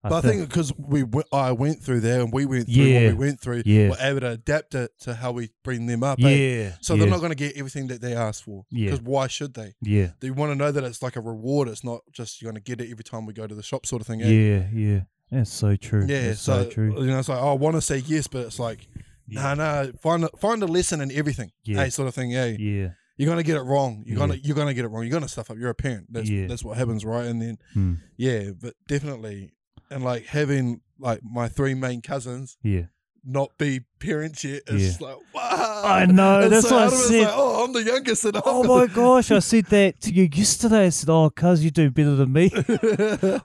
Speaker 1: but I
Speaker 2: thi-
Speaker 1: think because we w- I went through there and we went through
Speaker 2: Yeah.
Speaker 1: what we went through,
Speaker 2: Yeah.
Speaker 1: we're able to adapt it to how we bring them up. eh?
Speaker 2: yeah,
Speaker 1: So
Speaker 2: yeah,
Speaker 1: they're not going to get everything that they ask for.
Speaker 2: Yeah.
Speaker 1: Because why should they?
Speaker 2: yeah,
Speaker 1: They want to know that it's like a reward. It's not just you're going to get it every time we go to the shop, sort of thing. eh?
Speaker 2: yeah, yeah. That's so true.
Speaker 1: Yeah,
Speaker 2: That's
Speaker 1: so,
Speaker 2: so true.
Speaker 1: you know, it's like oh, I want to say yes, but it's like, no,
Speaker 2: Yeah.
Speaker 1: no, find a, find a lesson in everything,
Speaker 2: Yeah.
Speaker 1: hey, sort of thing. Yeah,
Speaker 2: Yeah,
Speaker 1: you're gonna get it wrong. You're
Speaker 2: Yeah.
Speaker 1: gonna you're gonna get it wrong. You're gonna stuff up. You're a parent. That's
Speaker 2: Yeah.
Speaker 1: that's what happens, right? And then
Speaker 2: Hmm.
Speaker 1: yeah, but definitely, and like having like my three main cousins <laughs>
Speaker 2: yeah.
Speaker 1: not be parents yet is like wow.
Speaker 2: I know.
Speaker 1: And
Speaker 2: that's
Speaker 1: so
Speaker 2: what I
Speaker 1: out of it's
Speaker 2: said.
Speaker 1: Like, <laughs> oh, I'm the youngest, and I'm
Speaker 2: Oh my gosh, I said that to you yesterday. I said, Oh, cuz you do better than me.
Speaker 1: my.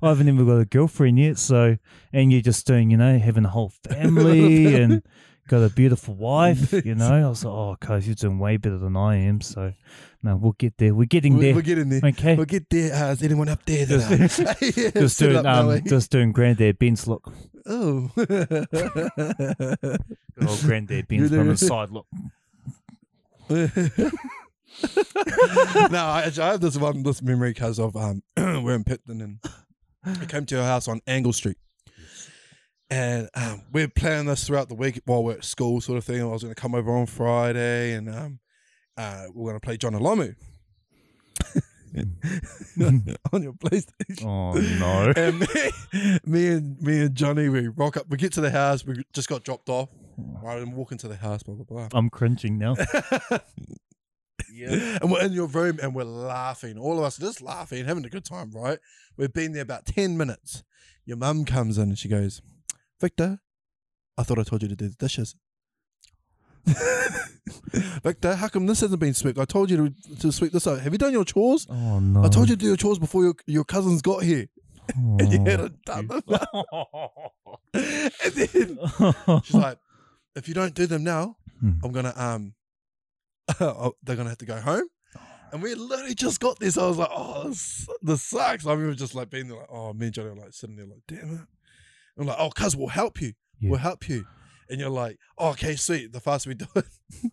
Speaker 2: I haven't even got a girlfriend yet. So, and you're just doing, you know, having a whole family and got a beautiful wife,
Speaker 1: <laughs>
Speaker 2: you know. I was like, Oh, cuz you're doing way better than I am. So, no, we'll get there. We're getting
Speaker 1: we're,
Speaker 2: there.
Speaker 1: we're getting there.
Speaker 2: <laughs> okay.
Speaker 1: We'll get there. Uh, is anyone up there? That,
Speaker 2: Just-
Speaker 1: uh,
Speaker 2: <laughs>
Speaker 1: <laughs> yeah,
Speaker 2: just
Speaker 1: set it up
Speaker 2: doing,
Speaker 1: that
Speaker 2: um,
Speaker 1: way.
Speaker 2: just doing granddad Ben's look.
Speaker 1: Oh.
Speaker 2: Good old
Speaker 1: <laughs>
Speaker 2: granddad
Speaker 1: You're
Speaker 2: Ben's on
Speaker 1: doing-
Speaker 2: the side look.
Speaker 1: <laughs> Oh. no, I, actually, I have this one, this memory because of um, <clears throat> we're in Pitman and I came to your house on Angle Street. And um, we're planning this throughout the week while we're at school, sort of thing. I was going to come over on Friday and um, uh, we're going to play John and
Speaker 2: <laughs>
Speaker 1: Lomu <laughs> on your PlayStation.
Speaker 2: Oh
Speaker 1: <laughs>
Speaker 2: no.
Speaker 1: and me, me and me and Johnny, we rock up. We get to the house. We just <laughs> got dropped off. Right, and walk into the house. Blah blah blah.
Speaker 2: I'm cringing now. Yeah.
Speaker 1: and we're in your room and we're laughing. All of us just laughing, having a good time, right? We've been there about 10 minutes. Your mum comes in and she goes, Victor, I thought I told you to do the dishes. <laughs> Victor, how come this hasn't been swept? I told you to, to sweep this out. Have you done your chores?
Speaker 2: Oh no! Oh,
Speaker 1: I told you to do your chores before your, your cousins got here. <laughs> And
Speaker 2: Mm.
Speaker 1: you hadn't done
Speaker 2: <laughs>
Speaker 1: them. and then she's like, if you don't do them now,
Speaker 2: Hmm.
Speaker 1: I'm gonna um, <laughs> oh, they're gonna have to go home. And we literally just got this. I was like, oh, this, this sucks. I remember just like being there, like, oh, me and Johnny are like sitting there, like, damn it. I'm like, oh, cuz we'll help you.
Speaker 2: Yeah.
Speaker 1: We'll help you. And you're like, oh, okay, sweet. The faster we do
Speaker 2: <laughs>
Speaker 1: it.
Speaker 2: <laughs>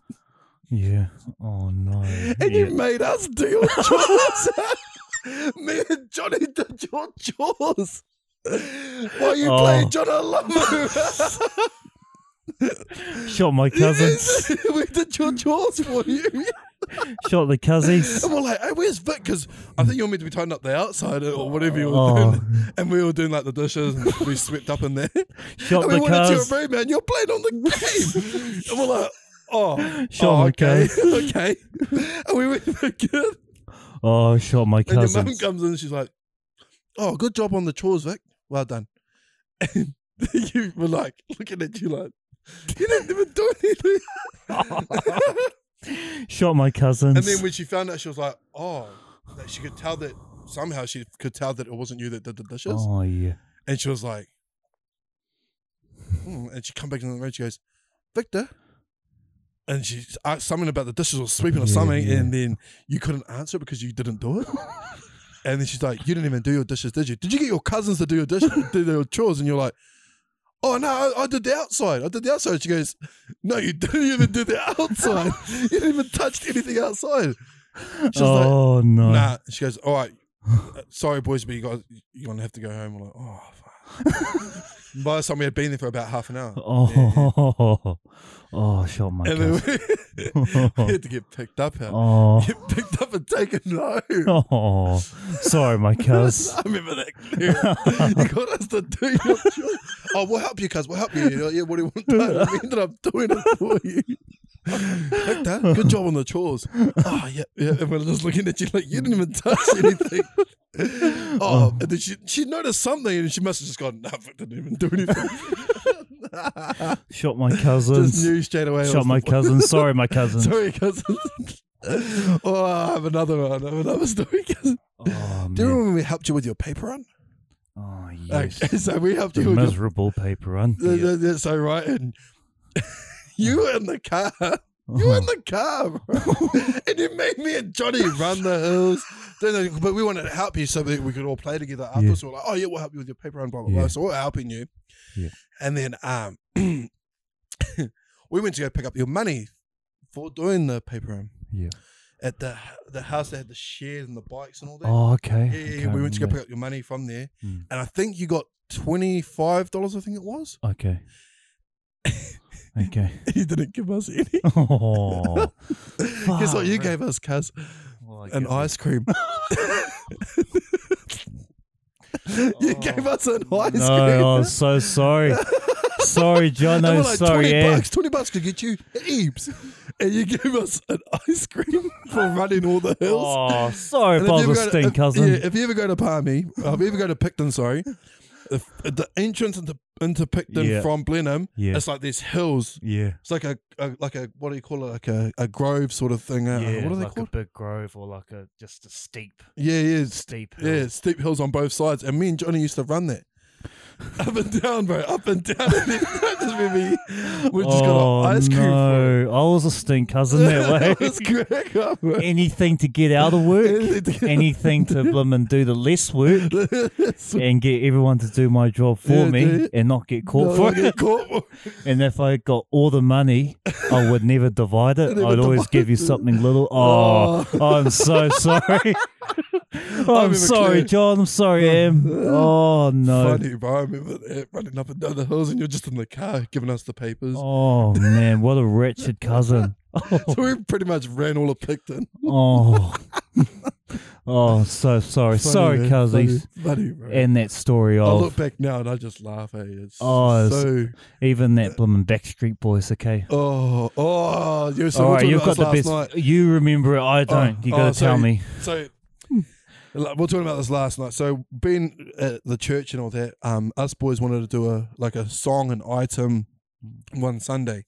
Speaker 2: yeah. Oh no.
Speaker 1: And
Speaker 2: yeah.
Speaker 1: you made us do your chores. <laughs> me and Johnny did your chores. While you
Speaker 2: Oh.
Speaker 1: played John Alamo. <laughs>
Speaker 2: Shot my cousins.
Speaker 1: Yes, <laughs> we did your chores for you. <laughs>
Speaker 2: Shot the cousins.
Speaker 1: And we're like, hey, where's Vic? Because I think you're meant to be tidying up the outside or whatever you were
Speaker 2: Oh,
Speaker 1: doing. And we were doing like the dishes and <laughs> we swept up in there.
Speaker 2: shot
Speaker 1: and we
Speaker 2: the
Speaker 1: went into
Speaker 2: cuz.
Speaker 1: your room, man. You're playing on <laughs> the game. and we're like, oh.
Speaker 2: Shot
Speaker 1: oh,
Speaker 2: my
Speaker 1: okay.
Speaker 2: cuz.
Speaker 1: <laughs> okay. And we went back in.
Speaker 2: Oh, shot my
Speaker 1: And your mum
Speaker 2: cousins.
Speaker 1: comes in and she's like, oh, good job on the chores, Vic. Well done. <laughs> And <laughs> you were like, looking at you like, you didn't even do anything.
Speaker 2: Shot my cousins.
Speaker 1: And
Speaker 2: <laughs>
Speaker 1: then when she found out, she was like, "Oh, that she could tell that somehow she could tell that it wasn't you that did the dishes." <laughs>
Speaker 2: Oh yeah.
Speaker 1: And she was like, hmm. and she come back in the room. She goes, "Victor," and she asked something about the dishes or sweeping or
Speaker 2: Yeah,
Speaker 1: something.
Speaker 2: yeah.
Speaker 1: And then you couldn't answer because you didn't
Speaker 2: <laughs>
Speaker 1: do it. and then she's like, "You didn't even do your dishes, did you? Did you get your cousins to do your dishes, do their chores?" And you're like. Oh no! I, I did the outside. I did the outside. She goes, "No, you <laughs> didn't even do the outside. you didn't even touch anything outside." She's like,
Speaker 2: oh no.
Speaker 1: Nah. She goes, all right. uh, Sorry, boys, but you guys, you're gonna have to go home. We're like, oh.
Speaker 2: <laughs>
Speaker 1: Fuck. By the time we had been there for about half an hour,
Speaker 2: Oh, <laughs> oh, shot my
Speaker 1: and
Speaker 2: cousins.
Speaker 1: then we, <laughs> we had to get picked up. Out.
Speaker 2: <laughs> Oh,
Speaker 1: Get picked up and taken home.
Speaker 2: oh,
Speaker 1: <laughs>
Speaker 2: sorry, my cuz.
Speaker 1: I remember that. clear. <laughs> you got us to do your job. Oh, we'll help you, cuz. We'll help you. You know, yeah, what do you want
Speaker 2: <laughs>
Speaker 1: done? We ended up doing it for you. Hector, good job on the chores. Oh, yeah, yeah. And we're just looking at you like, you didn't even touch
Speaker 2: <laughs>
Speaker 1: anything. Oh, and then she, she noticed something and she must have just gone, nah, fuck, didn't even do anything.
Speaker 2: <laughs> Shot my
Speaker 1: just
Speaker 2: cousins.
Speaker 1: knew straight away. it
Speaker 2: Shot
Speaker 1: was
Speaker 2: my
Speaker 1: the boy. <laughs>
Speaker 2: cousins. Sorry, my cousins.
Speaker 1: Sorry, cousin. <laughs> oh, I have another one. I have another story, cousin.
Speaker 2: Oh,
Speaker 1: Do you
Speaker 2: man.
Speaker 1: remember when we helped you with your paper run?
Speaker 2: oh yes.
Speaker 1: <laughs> Okay, so we helped
Speaker 2: The
Speaker 1: you with your
Speaker 2: miserable paper run.
Speaker 1: Yeah, yeah, yeah, so right, and <laughs> you were in the car.
Speaker 2: Oh,
Speaker 1: You were in the car,
Speaker 2: <laughs>
Speaker 1: bro. and you made me and Johnny run the hills. Then they- but we wanted to help you so that we could all play together after.
Speaker 2: Yeah.
Speaker 1: So we're like, oh yeah, we'll help you with your paper and blah blah blah.
Speaker 2: Yeah.
Speaker 1: So we're helping you.
Speaker 2: Yeah.
Speaker 1: And then um, <clears throat> we went to go pick up your money for doing the paper room
Speaker 2: Yeah.
Speaker 1: at the the house that had the shed and the bikes and all that.
Speaker 2: Oh, okay.
Speaker 1: <laughs> yeah, yeah, yeah. We went to go pick up your money from there,
Speaker 2: Mm.
Speaker 1: and I think you got twenty five dollars. I think it was. <laughs>
Speaker 2: Okay. Okay. <laughs>
Speaker 1: He didn't give us any.
Speaker 2: Oh,
Speaker 1: <laughs> Guess what? You
Speaker 2: Fuck.
Speaker 1: gave us, cuz,
Speaker 2: Well, I
Speaker 1: an
Speaker 2: guess-
Speaker 1: ice cream. <laughs> you gave us an ice <laughs> cream.
Speaker 2: Oh. No, I'm
Speaker 1: <laughs>
Speaker 2: so sorry. sorry, John.
Speaker 1: and
Speaker 2: No,
Speaker 1: we're like,
Speaker 2: sorry, eh?
Speaker 1: 20
Speaker 2: Ann.
Speaker 1: bucks, 20 bucks could get you heaps. And you gave us an <laughs> ice cream for running all the hills.
Speaker 2: Oh, sorry,
Speaker 1: And if you ever go to-
Speaker 2: Bozzlestein,
Speaker 1: if-
Speaker 2: cousin.
Speaker 1: Yeah, if you ever go to Palmy, uh, if you ever go to Picton, sorry, if, at the entrance into, into Picton
Speaker 2: Yeah.
Speaker 1: from Blenheim,
Speaker 2: Yeah.
Speaker 1: it's like these hills.
Speaker 2: Yeah.
Speaker 1: It's like a, a like a what do you call it? Like a, a grove sort of thing. Uh,
Speaker 2: yeah,
Speaker 1: what are they
Speaker 2: like
Speaker 1: called?
Speaker 2: a big grove or like a just a steep,
Speaker 1: Yeah, yeah, it's-
Speaker 2: steep. hill.
Speaker 1: Yeah, steep hills on both sides. And me and Johnny used to run that. <laughs> Up and down, bro. Up and down. <laughs> And then that just made me. We just
Speaker 2: oh,
Speaker 1: got an ice cream for it.
Speaker 2: no. I was a stink cousin
Speaker 1: <laughs>
Speaker 2: that
Speaker 1: was
Speaker 2: way.
Speaker 1: crack up, bro.
Speaker 2: <laughs> Anything to get out
Speaker 1: <laughs>
Speaker 2: of work,
Speaker 1: Anything to-
Speaker 2: anything to blim and do the less
Speaker 1: <laughs>
Speaker 2: work <laughs>
Speaker 1: That's what-
Speaker 2: and get everyone to do my job for
Speaker 1: Yeah,
Speaker 2: me
Speaker 1: dude.
Speaker 2: and not get caught
Speaker 1: No,
Speaker 2: for
Speaker 1: I
Speaker 2: it.
Speaker 1: get caught for it.
Speaker 2: And if I got all the money, I would never divide it.
Speaker 1: <laughs> Never
Speaker 2: I'd always
Speaker 1: divide
Speaker 2: give you
Speaker 1: it.
Speaker 2: something little. Oh,
Speaker 1: <laughs>
Speaker 2: I'm so sorry. Oh, I'm
Speaker 1: remember
Speaker 2: sorry,
Speaker 1: clear.
Speaker 2: John. I'm
Speaker 1: <laughs>
Speaker 2: sorry, Em. Oh no.
Speaker 1: Funny, bro. I remember that, running up and down the hills, and you're just in the car giving us the papers. <laughs>
Speaker 2: Oh man, what a wretched cousin.
Speaker 1: <laughs> So we pretty much ran all of Picton.
Speaker 2: Oh, Oh, so sorry,
Speaker 1: Funny,
Speaker 2: <laughs> sorry,
Speaker 1: man.
Speaker 2: cozies.
Speaker 1: Funny, funny, bro.
Speaker 2: And that story
Speaker 1: I
Speaker 2: of
Speaker 1: look back now and I just laugh. Hey, it's
Speaker 2: Oh, it's-
Speaker 1: so
Speaker 2: even that blooming Backstreet Boys. Okay.
Speaker 1: oh oh. You're so
Speaker 2: All
Speaker 1: we're
Speaker 2: right,
Speaker 1: talking
Speaker 2: you've
Speaker 1: about
Speaker 2: got the
Speaker 1: this
Speaker 2: best.
Speaker 1: last night.
Speaker 2: You remember it. I don't. you
Speaker 1: oh,
Speaker 2: got to
Speaker 1: so
Speaker 2: tell
Speaker 1: you- <laughs>
Speaker 2: me.
Speaker 1: So like, we're talking about this last night. So being at the church and all that, um, us boys wanted to do a like a song and item one Sunday.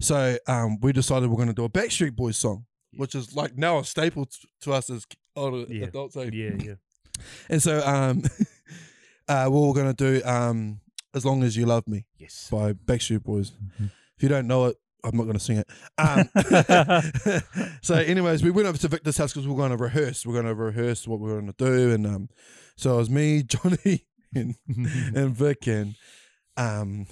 Speaker 1: So um, we decided we're going to do a Backstreet Boys song, which is like now a staple t- to us as older
Speaker 2: Yeah.
Speaker 1: adults. eh?
Speaker 2: Yeah, yeah.
Speaker 1: And so um, <laughs> uh, what we're going to do um, as long as you love me
Speaker 2: Yes. <laughs>
Speaker 1: by Backstreet Boys.
Speaker 2: Mhm.
Speaker 1: If you don't know it, I'm not going to sing it. Um, <laughs> so, anyways, we went up to Victor's house because we are going to rehearse. We're going to rehearse what we're going to do, and um, so it was me, <laughs> Johnny, and <laughs> and Vic, and um,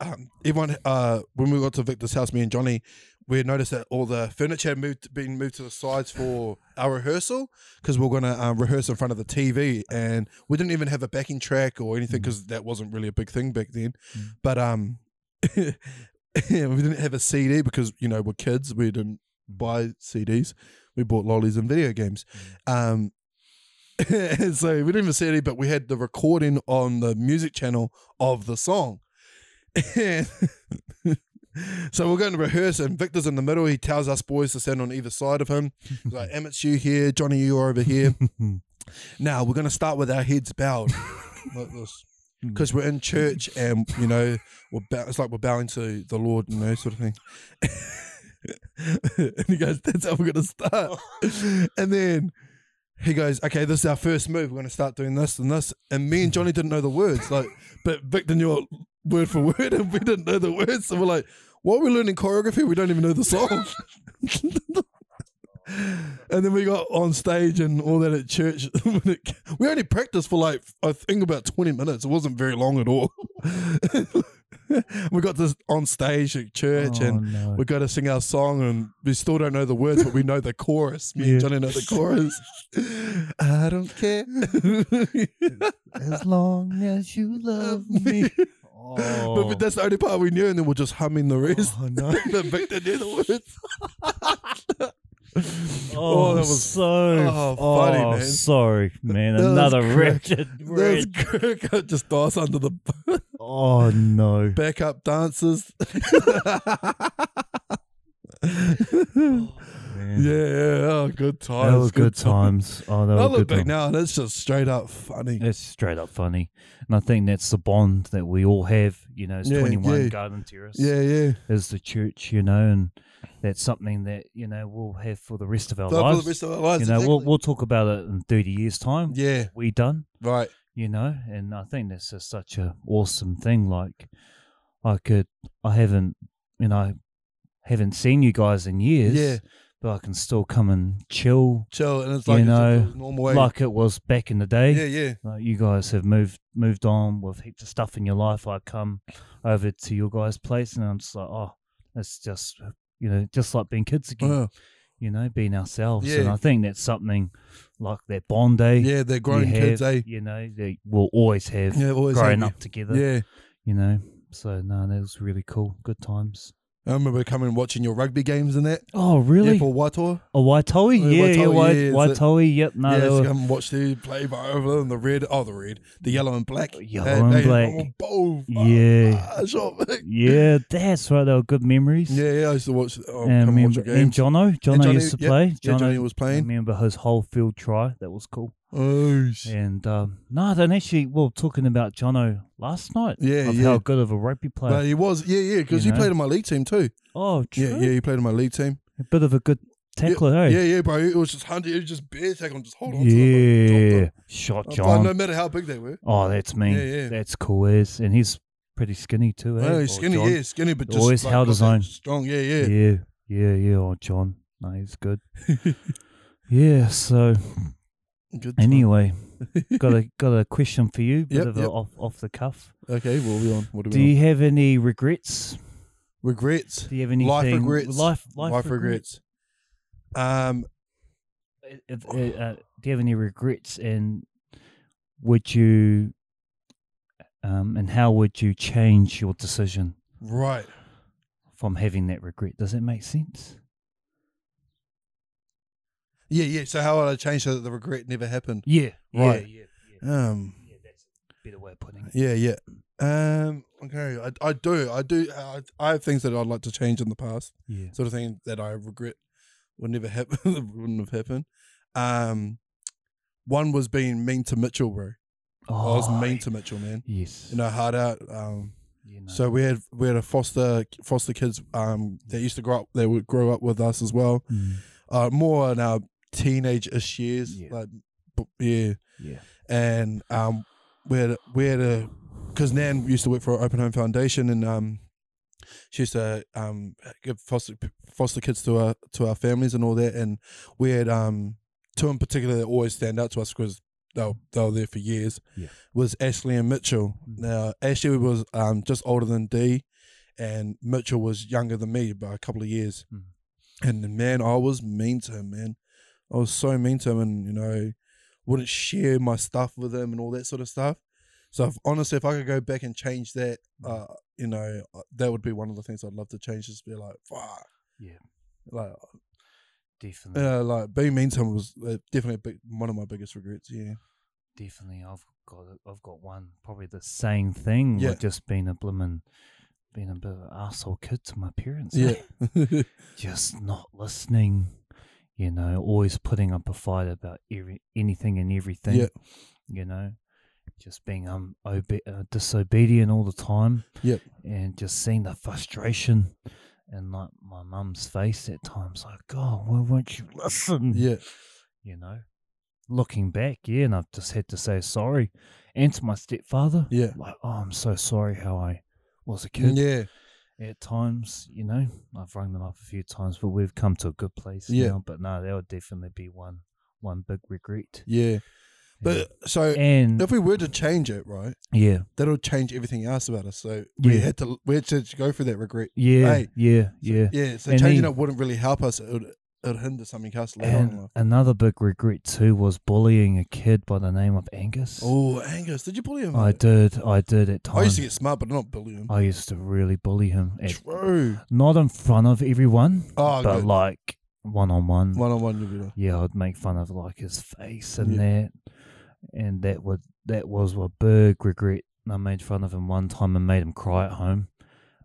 Speaker 1: um, everyone. Uh, when we got to Victor's house, me and Johnny, we had noticed that all the furniture had moved, been moved to the sides for our rehearsal because we are going to um, rehearse in front of the TV, and we didn't even have a backing track or anything because that wasn't really a big thing back then.
Speaker 2: Mm.
Speaker 1: But um, <laughs> we didn't have a CD because you know we're kids, we didn't buy CDs. We bought lollies and video games. Um, and <laughs> so we didn't have a CD, but we had the recording on the music channel of the song. <laughs> And so we're going to rehearse, and Victor's in the middle. He tells us boys to stand on either side of him. He's like, Emmett's you here, Johnny, you are over here. now we're going to start with our heads bowed <laughs> like this. Because we're in church and, you know, we're bow- it's like we're bowing to the Lord, you know, sort of thing. <laughs> and he goes, That's how we're going to start. and then he goes, Okay, this is our first move. We're going to start doing this and this. And me and Johnny didn't know the words. Like, but Victor knew it word for word and we didn't know the words. So we're like, What are we learning choreography? We don't even know the song. <laughs> And then we got on stage and all that at church. <laughs> When it- we only practiced for like I think about twenty minutes. It wasn't very long at all. <laughs> we got this on stage at church,
Speaker 2: Oh,
Speaker 1: and
Speaker 2: no.
Speaker 1: we got to sing our song, and we still don't know the words, but we know the chorus. Me
Speaker 2: Yeah.
Speaker 1: and Johnny know the
Speaker 2: <laughs>
Speaker 1: chorus. I don't care.
Speaker 2: as long
Speaker 1: <laughs>
Speaker 2: as you love me. Oh,
Speaker 1: <laughs> But, but that's the only part we knew, and then we're just humming the rest.
Speaker 2: oh,
Speaker 1: <laughs>
Speaker 2: no.
Speaker 1: the Victor knew the
Speaker 2: <laughs>
Speaker 1: words.
Speaker 2: Oh,
Speaker 1: that
Speaker 2: that
Speaker 1: was-
Speaker 2: was so.
Speaker 1: oh, funny, man.
Speaker 2: Sorry, man.
Speaker 1: That was
Speaker 2: Another
Speaker 1: crack.
Speaker 2: wretched.
Speaker 1: That's
Speaker 2: wretch.
Speaker 1: good. <laughs> Just dies under the
Speaker 2: Oh no.
Speaker 1: backup dancers.
Speaker 2: Man.
Speaker 1: Yeah, yeah, oh, good times.
Speaker 2: That was
Speaker 1: <laughs>
Speaker 2: good times. Oh, that
Speaker 1: I
Speaker 2: was
Speaker 1: look
Speaker 2: good
Speaker 1: back
Speaker 2: times.
Speaker 1: now and it's just straight up funny.
Speaker 2: It's straight up funny, and I think that's the bond that we all have. You know, it's
Speaker 1: Yeah,
Speaker 2: twenty one
Speaker 1: yeah.
Speaker 2: Garden Terrace.
Speaker 1: Yeah, yeah.
Speaker 2: is the church. You know, and that's something that you know we'll have for the rest of our
Speaker 1: For- for
Speaker 2: lives.
Speaker 1: the rest of our lives.
Speaker 2: you know, we'll
Speaker 1: exactly.
Speaker 2: we'll talk about it in thirty years' time.
Speaker 1: yeah,
Speaker 2: We done.
Speaker 1: right.
Speaker 2: you know and i think that's just such a awesome thing like i could i haven't you know haven't seen you guys in years
Speaker 1: Yeah.
Speaker 2: but i can still come and chill
Speaker 1: Chill, and it's
Speaker 2: You
Speaker 1: like it's
Speaker 2: know, eh?
Speaker 1: just a normal way.
Speaker 2: like it was back in the day
Speaker 1: yeah, yeah,
Speaker 2: like you guys have moved moved on with heaps of stuff in your life i come over to your guys place and i'm just like oh it's just you know just like being kids again
Speaker 1: Uh,
Speaker 2: you know being ourselves and
Speaker 1: Yeah.
Speaker 2: i think that's something like that bond day
Speaker 1: yeah. They're grown kids, eh?
Speaker 2: you know they will always have
Speaker 1: Yeah, always
Speaker 2: growing
Speaker 1: have
Speaker 2: up together
Speaker 1: you. Yeah,
Speaker 2: you know. So no, that was really cool. Good times.
Speaker 1: I remember coming and watching your rugby games and that.
Speaker 2: Oh
Speaker 1: Yeah,
Speaker 2: really?
Speaker 1: for Waitoa.
Speaker 2: a Waitoe?
Speaker 1: Uh,
Speaker 2: Yeah, yeah,
Speaker 1: Waitoa,
Speaker 2: Wai-
Speaker 1: yeah, it's a-
Speaker 2: Waitoe. Yep. No,
Speaker 1: yeah,
Speaker 2: they
Speaker 1: so
Speaker 2: were-
Speaker 1: come and watch the play by over and the red. Oh, the red, the yellow and black.
Speaker 2: Yellow
Speaker 1: Hey,
Speaker 2: and
Speaker 1: hey,
Speaker 2: black.
Speaker 1: oh, bold. Oh,
Speaker 2: Yeah.
Speaker 1: ah, sure, mate.
Speaker 2: <laughs> yeah, that's right. They were good memories.
Speaker 1: Yeah, yeah. I used to watch. Oh,
Speaker 2: And,
Speaker 1: come watch
Speaker 2: remember,
Speaker 1: your
Speaker 2: and
Speaker 1: games.
Speaker 2: Jono, Jono
Speaker 1: Johnny-
Speaker 2: used to
Speaker 1: yep,
Speaker 2: play.
Speaker 1: Yeah,
Speaker 2: Jono,
Speaker 1: Johnny was
Speaker 2: I
Speaker 1: playing.
Speaker 2: remember his whole field try. That was cool.
Speaker 1: Oh, sh-
Speaker 2: And um, no, I don't actually. Well, talking about Jono last night.
Speaker 1: Yeah,
Speaker 2: of
Speaker 1: yeah.
Speaker 2: How good of a rugby player.
Speaker 1: But he was, yeah, yeah, because
Speaker 2: You
Speaker 1: he
Speaker 2: know?
Speaker 1: played in my league team too.
Speaker 2: oh, true.
Speaker 1: Yeah, yeah, he played in my league team.
Speaker 2: A bit of a good tackler. eh?
Speaker 1: Yeah, yeah, bro. It was just hundred. It was just bare tackle. and Just hold on. to them, like,
Speaker 2: Yeah.
Speaker 1: drop them.
Speaker 2: Shot
Speaker 1: Uh, But
Speaker 2: John.
Speaker 1: No matter how big they were.
Speaker 2: Oh, that's mean.
Speaker 1: Yeah, yeah.
Speaker 2: That's cool. Is and he's pretty skinny too. Eh?
Speaker 1: Oh,
Speaker 2: Or
Speaker 1: skinny,
Speaker 2: John.
Speaker 1: yeah, skinny, but just
Speaker 2: Always held
Speaker 1: got
Speaker 2: his
Speaker 1: that
Speaker 2: own.
Speaker 1: Strong, yeah, yeah.
Speaker 2: yeah, yeah, yeah. Oh, John, no, he's
Speaker 1: <laughs>
Speaker 2: good. yeah. So
Speaker 1: Good. time.
Speaker 2: anyway,
Speaker 1: <laughs>
Speaker 2: got a got a question for you. Bit
Speaker 1: Yep,
Speaker 2: of a
Speaker 1: yep.
Speaker 2: off off the cuff.
Speaker 1: Okay, we'll be on. What do
Speaker 2: Do
Speaker 1: we on?
Speaker 2: you have any regrets?
Speaker 1: Regrets.
Speaker 2: Do you have anything?
Speaker 1: Life regrets.
Speaker 2: Life life,
Speaker 1: Life, regrets. Um,
Speaker 2: regret? If- uh, uh, do you have any regrets? And would you? Um, and how would you change your decision
Speaker 1: right.
Speaker 2: from having that regret? Does it make sense?
Speaker 1: Yeah, yeah. So how would I change so that the regret never happened?
Speaker 2: Yeah,
Speaker 1: Right.
Speaker 2: Yeah, yeah, yeah.
Speaker 1: Um.
Speaker 2: yeah that's a better way of putting it.
Speaker 1: Yeah, yeah. Um. Okay. I, I do. I do. I, I have things that I'd like to change in the past.
Speaker 2: Yeah.
Speaker 1: Sort of thing that I regret would never happen. <laughs> wouldn't have happened. Um. One was being mean to Mitchell, bro. Oh, I was mean to Mitchell, man.
Speaker 2: Oh, Yes.
Speaker 1: You know, hard out. Um.
Speaker 2: You know.
Speaker 1: So we had we had a foster foster kids um that used to grow up they would grow up with us as well.
Speaker 2: Mm.
Speaker 1: Uh, more in our teenage ish years,
Speaker 2: Yeah.
Speaker 1: like b- yeah.
Speaker 2: Yeah.
Speaker 1: And um, we had we had a because Nan used to work for Open Home Foundation, and um, she used to um give foster foster kids to our to our families and all that. And we had um two in particular that always stand out to us because they were, they were there for years.
Speaker 2: Yeah.
Speaker 1: Was Ashley and Mitchell.
Speaker 2: Mm.
Speaker 1: Now Ashley was um just older than Dee, and Mitchell was younger than me by a couple of years.
Speaker 2: Mm.
Speaker 1: And man, I was mean to him, man. I was so mean to him, and you know, wouldn't share my stuff with him and all that sort of stuff. So if, honestly, if I could go back and change that, uh,
Speaker 2: Mm.
Speaker 1: you know, uh, that would be one of the things I'd love to change. Just be like, fuck,
Speaker 2: Yeah.
Speaker 1: like,
Speaker 2: Definitely.
Speaker 1: uh, like being mean to him was uh, definitely a big, one of my biggest regrets. Yeah,
Speaker 2: <laughs> Definitely, I've got I've got one probably the same thing.
Speaker 1: Yeah.
Speaker 2: Like just being a blooming, being a bit of an asshole kid to my parents. eh? <laughs>
Speaker 1: yeah,
Speaker 2: just not listening. You know, always putting up a fight about every anything and everything.
Speaker 1: Yeah.
Speaker 2: You know, just being um obe- uh, disobedient all the time.
Speaker 1: Yep.
Speaker 2: And just seeing the frustration in like my mum's face at times, like, God, why won't you listen?
Speaker 1: yeah,
Speaker 2: you know. Looking back, yeah, and I've just had to say sorry. And to my stepfather.
Speaker 1: Yeah.
Speaker 2: Like, oh, I'm so sorry how I was a kid
Speaker 1: yeah,
Speaker 2: at times, you know. I've rung them up a few times, but we've come to a good place
Speaker 1: Yeah.
Speaker 2: now. But no, that would definitely be one one big regret.
Speaker 1: yeah.
Speaker 2: Yeah.
Speaker 1: But so
Speaker 2: and
Speaker 1: if we were to change it, right,
Speaker 2: yeah,
Speaker 1: that'll change everything else about us. So we
Speaker 2: Yeah.
Speaker 1: had to we had to go through that regret.
Speaker 2: yeah,
Speaker 1: Hey,
Speaker 2: yeah, yeah.
Speaker 1: Yeah, so
Speaker 2: And
Speaker 1: changing
Speaker 2: then-
Speaker 1: it wouldn't really help us. It would, it would hinder something else later on in
Speaker 2: And
Speaker 1: life.
Speaker 2: another big regret too was bullying a kid by the name of Angus.
Speaker 1: Oh, Angus, did you bully him?
Speaker 2: I did, I did at times.
Speaker 1: I used to get smart, but not bully him.
Speaker 2: I used to really bully him at
Speaker 1: True.
Speaker 2: not in front of everyone,
Speaker 1: Oh,
Speaker 2: but
Speaker 1: good.
Speaker 2: like one on one.
Speaker 1: One on one, you'll be like,
Speaker 2: Yeah, I'd make fun of like his face and
Speaker 1: Yeah.
Speaker 2: that, and that would that was a big regret. And I made fun of him one time and made him cry at home.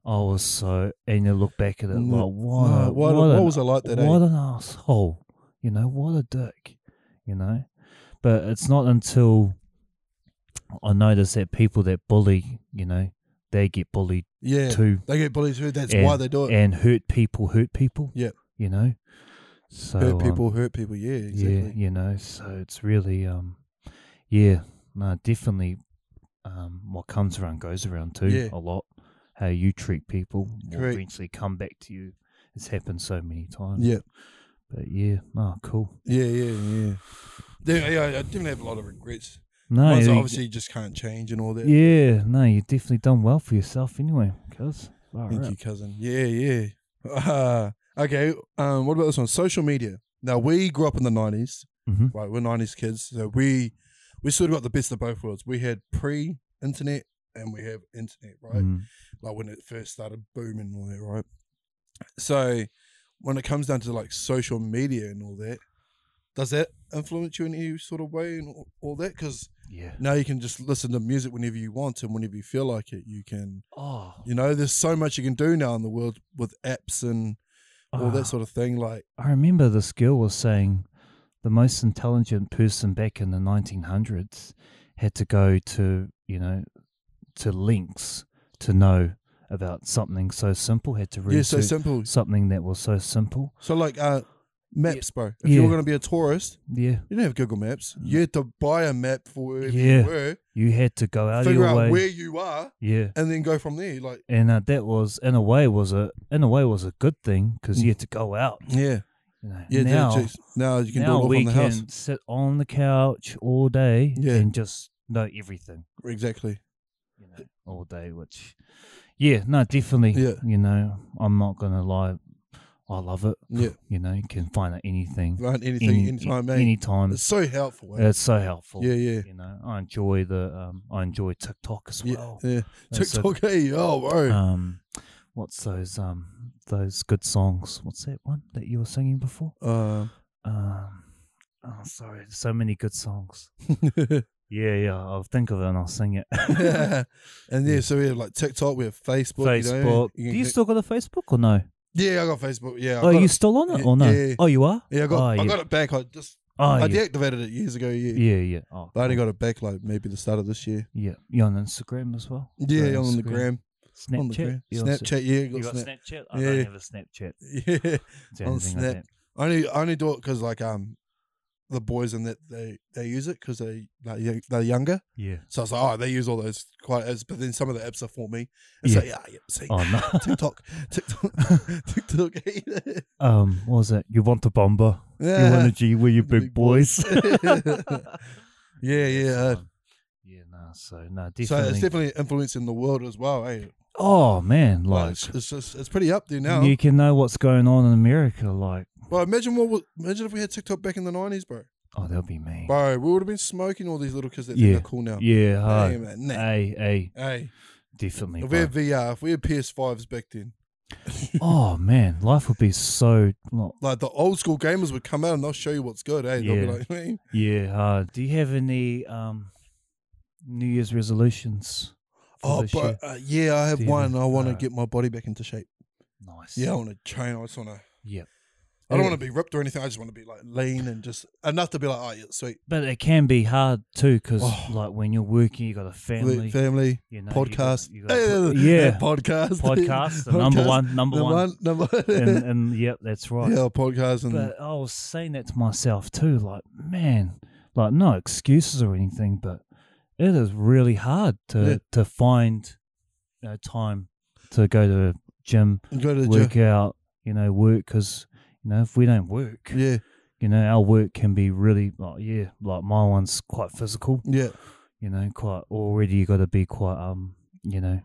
Speaker 2: I was so and you look back at it
Speaker 1: No,
Speaker 2: like what
Speaker 1: no,
Speaker 2: a,
Speaker 1: what,
Speaker 2: what
Speaker 1: what
Speaker 2: an-
Speaker 1: was I like that? eh?
Speaker 2: what an asshole. You know, what a dick. You know? But it's not until I notice that people that bully, you know, they get bullied
Speaker 1: Yeah,
Speaker 2: too
Speaker 1: they get bullied too. That's
Speaker 2: And-
Speaker 1: why they do it.
Speaker 2: and hurt people hurt people.
Speaker 1: Yep.
Speaker 2: You know? So
Speaker 1: hurt
Speaker 2: um,
Speaker 1: people, hurt people. Yeah,
Speaker 2: Yeah,
Speaker 1: exactly.
Speaker 2: you know, so it's really um yeah, no, definitely um what comes around goes around too
Speaker 1: Yeah.
Speaker 2: a lot. How you treat people will
Speaker 1: Correct.
Speaker 2: eventually come back to you. It's happened so many times.
Speaker 1: Yeah,
Speaker 2: But yeah, no, cool.
Speaker 1: yeah, yeah, yeah. Yeah, yeah, I definitely have a lot of regrets.
Speaker 2: No,
Speaker 1: Ones I
Speaker 2: you-
Speaker 1: obviously just can't change and all that.
Speaker 2: Yeah, no, you've definitely done well for yourself anyway, cuz.
Speaker 1: Thank you, cousin. Yeah, yeah. <laughs> Uh, okay. Um, what about this one? Social media. Now we grew up in the 90s
Speaker 2: Mhm.
Speaker 1: right? We're 90s kids, so we we sort of got the best of both worlds. We had pre-internet and we have internet, right?
Speaker 2: Mm,
Speaker 1: Like when it first started booming and all that, right? So when it comes down to like social media and all that, does that influence you in any sort of way and all, all that? Because
Speaker 2: Yeah.
Speaker 1: now you can just listen to music whenever you want and whenever you feel like it. You can,
Speaker 2: Oh.
Speaker 1: you know, there's so much you can do now in the world with apps and all
Speaker 2: ah.
Speaker 1: that sort of thing. Like,
Speaker 2: I remember this girl was saying the most intelligent person back in the 1900s had to go to, you know, to links to know about something so simple, had to
Speaker 1: yeah,
Speaker 2: research
Speaker 1: so simple.
Speaker 2: something that was so simple.
Speaker 1: So like uh, maps, bro. If
Speaker 2: Yeah.
Speaker 1: you're going to be a tourist,
Speaker 2: Yeah.
Speaker 1: You didn't have Google Maps. You had to buy a map for where
Speaker 2: Yeah.
Speaker 1: you were,
Speaker 2: You had to go out
Speaker 1: figure
Speaker 2: of your
Speaker 1: out
Speaker 2: way.
Speaker 1: where you are,
Speaker 2: yeah.
Speaker 1: and then go from there. Like,
Speaker 2: And uh, that was, in a way, was a in a way was a good thing because you had to go out.
Speaker 1: yeah,
Speaker 2: You know.
Speaker 1: Mm. yeah.
Speaker 2: now,
Speaker 1: Now, now you can do it
Speaker 2: now
Speaker 1: all
Speaker 2: we
Speaker 1: from the
Speaker 2: can
Speaker 1: house.
Speaker 2: sit on the couch all day
Speaker 1: Yeah.
Speaker 2: and just know everything,
Speaker 1: Exactly.
Speaker 2: you know, all day. Which, yeah, no, definitely.
Speaker 1: Yeah.
Speaker 2: You know, I'm not gonna lie, I love it.
Speaker 1: Yeah.
Speaker 2: <laughs> You know, you can find out anything,
Speaker 1: Right. Anything,
Speaker 2: any-
Speaker 1: anytime, mate.
Speaker 2: anytime.
Speaker 1: it's
Speaker 2: It's,
Speaker 1: so helpful. eh?
Speaker 2: so helpful.
Speaker 1: yeah, yeah,
Speaker 2: You know, I enjoy the um, I enjoy TikTok as
Speaker 1: yeah. <laughs>
Speaker 2: well.
Speaker 1: yeah.
Speaker 2: That's a-
Speaker 1: TikTok. Hey, oh, bro.
Speaker 2: Um, what's those
Speaker 1: <laughs>
Speaker 2: Uh, um those good songs? What's that one that you were singing before?
Speaker 1: Uh,
Speaker 2: Um, Oh, sorry, so many good songs. Yeah, yeah, I'll think of it and I'll sing
Speaker 1: <laughs>
Speaker 2: it.
Speaker 1: and yeah, so we have like TikTok, we have Facebook. You know,
Speaker 2: <laughs> Facebook.
Speaker 1: you can
Speaker 2: Do you
Speaker 1: click-
Speaker 2: still got a Facebook or no?
Speaker 1: yeah, I got Facebook. Yeah, I
Speaker 2: oh,
Speaker 1: got
Speaker 2: you
Speaker 1: it.
Speaker 2: still on it
Speaker 1: Yeah,
Speaker 2: or no?
Speaker 1: yeah.
Speaker 2: Oh, you are.
Speaker 1: yeah, I got,
Speaker 2: oh,
Speaker 1: I
Speaker 2: yeah.
Speaker 1: got it back. I just
Speaker 2: Oh,
Speaker 1: I
Speaker 2: yeah.
Speaker 1: deactivated it years ago. Yeah,
Speaker 2: yeah, yeah. Oh,
Speaker 1: I only got it back like maybe the start of this year.
Speaker 2: yeah. You on Instagram as well?
Speaker 1: Yeah,
Speaker 2: Great
Speaker 1: on the
Speaker 2: Instagram.
Speaker 1: gram,
Speaker 2: Snapchat.
Speaker 1: on the gram,
Speaker 2: You on Snap-
Speaker 1: Snapchat. Yeah,
Speaker 2: You
Speaker 1: got
Speaker 2: got
Speaker 1: Snap.
Speaker 2: Snapchat? I
Speaker 1: Yeah.
Speaker 2: don't have a Snapchat.
Speaker 1: <laughs> Yeah,
Speaker 2: Do
Speaker 1: On
Speaker 2: anything like
Speaker 1: Snap. I only I only do it because like um, the boys in that they they use it because they like, y- they're younger.
Speaker 2: that. Yeah.
Speaker 1: So I was like, oh, they use all those quite as, but then some of the apps are for me. And So yeah, yeah, see,
Speaker 2: Oh no.
Speaker 1: <laughs>
Speaker 2: <laughs>
Speaker 1: TikTok, TikTok, TikTok. <laughs>
Speaker 2: um, what was it? You want a bomber? You want a G? Were you
Speaker 1: the
Speaker 2: big,
Speaker 1: big
Speaker 2: boys?
Speaker 1: boys. <laughs> yeah, yeah. uh,
Speaker 2: Um, <laughs> yeah, no. So no,
Speaker 1: so
Speaker 2: definitely.
Speaker 1: it's definitely influencing the world as well. Eh?
Speaker 2: oh man,
Speaker 1: Like,
Speaker 2: like
Speaker 1: it's, it's just- it's pretty up there now.
Speaker 2: you can know what's going on in America. Like,
Speaker 1: Well, imagine what was, imagine if we had TikTok back in the nineties, bro.
Speaker 2: oh, that'll be me.
Speaker 1: Bro, we would have been smoking all these little kids that think
Speaker 2: Yeah.
Speaker 1: they're cool now.
Speaker 2: Yeah,
Speaker 1: Hey,
Speaker 2: hi.
Speaker 1: man, nah.
Speaker 2: Hey, hey,
Speaker 1: Hey,
Speaker 2: definitely.
Speaker 1: if we
Speaker 2: bro.
Speaker 1: had VR, if we had PS5s back then,
Speaker 2: oh man, life would be so. Not,
Speaker 1: like the old school gamers would come out and they'll show you what's good. Hey, they'll
Speaker 2: Yeah.
Speaker 1: be like, "Man,
Speaker 2: yeah. Uh, do you have any um, New Year's resolutions? for
Speaker 1: oh,
Speaker 2: this
Speaker 1: bro,
Speaker 2: year?
Speaker 1: uh, yeah, I have
Speaker 2: Do you
Speaker 1: one.
Speaker 2: have-
Speaker 1: I want to
Speaker 2: alright.
Speaker 1: get my body back into shape.
Speaker 2: Nice.
Speaker 1: Yeah, I want to train. I just want to.
Speaker 2: Yep.
Speaker 1: I don't
Speaker 2: Yeah.
Speaker 1: want to be ripped or anything. I just want to be like lean and just enough to be like, oh yeah, sweet.
Speaker 2: But it can be hard too, because
Speaker 1: Oh.
Speaker 2: like when you're working, you got a
Speaker 1: Family,
Speaker 2: family,
Speaker 1: family
Speaker 2: you know, you got-
Speaker 1: podcast. <laughs>
Speaker 2: you got-
Speaker 1: yeah,
Speaker 2: yeah,
Speaker 1: podcast. <laughs>
Speaker 2: podcast, the number
Speaker 1: Podcast,
Speaker 2: one, number
Speaker 1: Number
Speaker 2: one,
Speaker 1: one. Number <laughs>
Speaker 2: and, and yep, that's right.
Speaker 1: Yeah, podcast and
Speaker 2: But I was saying that to myself too, like man, like no excuses or anything, but it is really hard to
Speaker 1: Yeah.
Speaker 2: to find you know, time to go to gym,
Speaker 1: and go to the
Speaker 2: work
Speaker 1: gym.
Speaker 2: out, you know, work because you know if we don't work,
Speaker 1: Yeah,
Speaker 2: you know, our work can be really like yeah, like my one's quite physical,
Speaker 1: yeah,
Speaker 2: you know, quite already you got to be quite um, you know,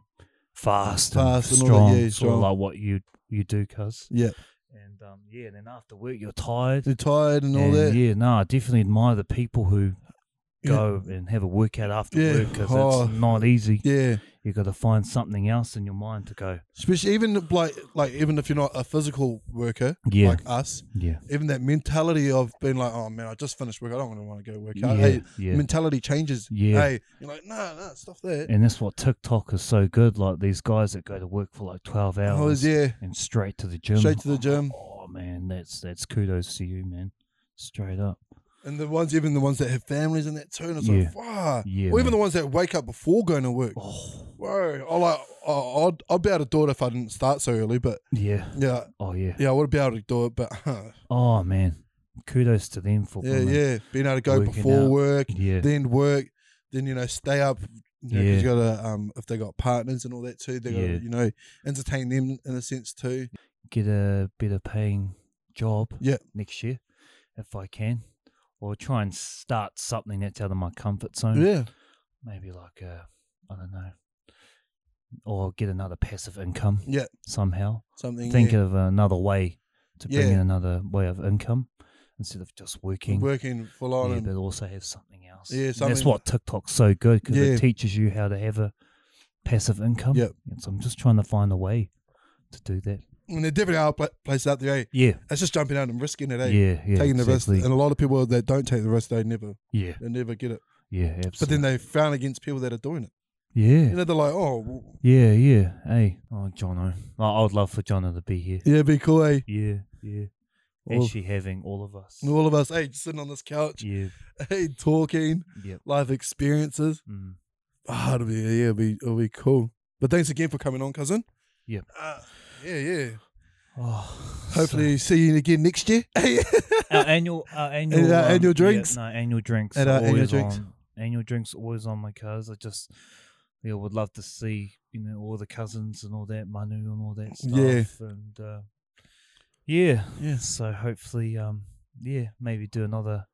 Speaker 2: fast,
Speaker 1: Fast
Speaker 2: and
Speaker 1: and all that,
Speaker 2: strong,
Speaker 1: yeah,
Speaker 2: sort of
Speaker 1: strong.
Speaker 2: like what you you do, cuz.
Speaker 1: yeah.
Speaker 2: And um, yeah, and then after work you're tired
Speaker 1: They're tired and all
Speaker 2: and
Speaker 1: that.
Speaker 2: Yeah, no, I definitely admire the people who
Speaker 1: Yeah.
Speaker 2: go and have a workout after
Speaker 1: Yeah.
Speaker 2: work 'cause work because
Speaker 1: Oh.
Speaker 2: it's not easy.
Speaker 1: Yeah,
Speaker 2: You got to find something else in your mind to go.
Speaker 1: especially even like like even if you're not a physical worker
Speaker 2: Yeah,
Speaker 1: like us,
Speaker 2: yeah,
Speaker 1: even that mentality of being like, oh man, I just finished work, I don't want to go work
Speaker 2: yeah,
Speaker 1: out. Hey,
Speaker 2: yeah.
Speaker 1: mentality changes.
Speaker 2: Yeah.
Speaker 1: Hey, you're like, nah, nah, stuff that.
Speaker 2: And that's what TikTok is so good. Like these guys that go to work for like twelve hours
Speaker 1: Oh, yeah,
Speaker 2: and straight to the gym.
Speaker 1: straight to the gym.
Speaker 2: Oh man, that's that's kudos to you, man. Straight up.
Speaker 1: And the ones, even the ones that have families and that too, and it's
Speaker 2: Yeah.
Speaker 1: like, wow.
Speaker 2: Yeah,
Speaker 1: or even
Speaker 2: man.
Speaker 1: the ones that wake up before going to work.
Speaker 2: Oh
Speaker 1: Whoa, I like, I- I'd, I'd be able to do it if I didn't start so early, but
Speaker 2: yeah.
Speaker 1: yeah,
Speaker 2: Oh yeah.
Speaker 1: yeah, I would be able to do it, but huh,
Speaker 2: Oh man. Kudos to them for
Speaker 1: yeah,
Speaker 2: blooming-
Speaker 1: yeah, being able to go
Speaker 2: Working
Speaker 1: before
Speaker 2: out.
Speaker 1: work,
Speaker 2: yeah.
Speaker 1: then work, then you know stay up. You know, 'cause
Speaker 2: Yeah.
Speaker 1: you gotta um if they got partners and all that too, they gotta
Speaker 2: Yeah.
Speaker 1: you know entertain them in a sense too.
Speaker 2: get a better paying job
Speaker 1: Yeah.
Speaker 2: next year if I can. Or try and start something that's out of my comfort zone.
Speaker 1: Yeah,
Speaker 2: Maybe like a, I don't know. Or get another passive income
Speaker 1: yeah,
Speaker 2: somehow.
Speaker 1: something.
Speaker 2: Think
Speaker 1: yeah.
Speaker 2: of another way to bring in
Speaker 1: Yeah.
Speaker 2: another way of income instead of just working.
Speaker 1: working full
Speaker 2: yeah,
Speaker 1: on. and-
Speaker 2: but also have something else.
Speaker 1: Yeah,
Speaker 2: And That's
Speaker 1: something-
Speaker 2: what TikTok's so good because
Speaker 1: Yeah.
Speaker 2: it teaches you how to have a passive income.
Speaker 1: Yep.
Speaker 2: And so I'm just trying to find a way to do that.
Speaker 1: and there are different out pla- places out there. Eh?
Speaker 2: Yeah.
Speaker 1: It's just jumping out and risking it. Eh?
Speaker 2: Yeah, yeah,
Speaker 1: taking the
Speaker 2: exactly.
Speaker 1: risk. And a lot of people that don't take the risk, they never,
Speaker 2: Yeah,
Speaker 1: they never get it.
Speaker 2: yeah, absolutely.
Speaker 1: But then they frown against people that are doing it.
Speaker 2: yeah,
Speaker 1: You know, they're like, oh, well,
Speaker 2: yeah, yeah. Hey, oh, Jono, I I would love for Jono to be here.
Speaker 1: yeah, be cool, eh?
Speaker 2: Yeah, yeah.
Speaker 1: All of-
Speaker 2: Actually, having all of us.
Speaker 1: All of us, hey, just sitting on this couch,
Speaker 2: Yeah,
Speaker 1: <laughs> hey, talking,
Speaker 2: yep.
Speaker 1: life experiences.
Speaker 2: Mm.
Speaker 1: Ah, it'll be yeah, it'll be it'll be cool. But thanks again for coming on, cousin.
Speaker 2: Yep.
Speaker 1: Uh, yeah, yeah.
Speaker 2: Oh, so-
Speaker 1: Hopefully, see you again next year. <laughs>
Speaker 2: our annual, our annual,
Speaker 1: our
Speaker 2: um,
Speaker 1: annual
Speaker 2: yeah,
Speaker 1: drinks.
Speaker 2: no, annual drinks.
Speaker 1: At
Speaker 2: are
Speaker 1: our annual
Speaker 2: always
Speaker 1: drinks.
Speaker 2: on- annual drinks are always on my cars. I just, yeah, would love to see you know all the cousins and all that, Manu and all that stuff.
Speaker 1: Yeah.
Speaker 2: and uh, yeah,
Speaker 1: yeah.
Speaker 2: So hopefully, um, yeah, maybe do another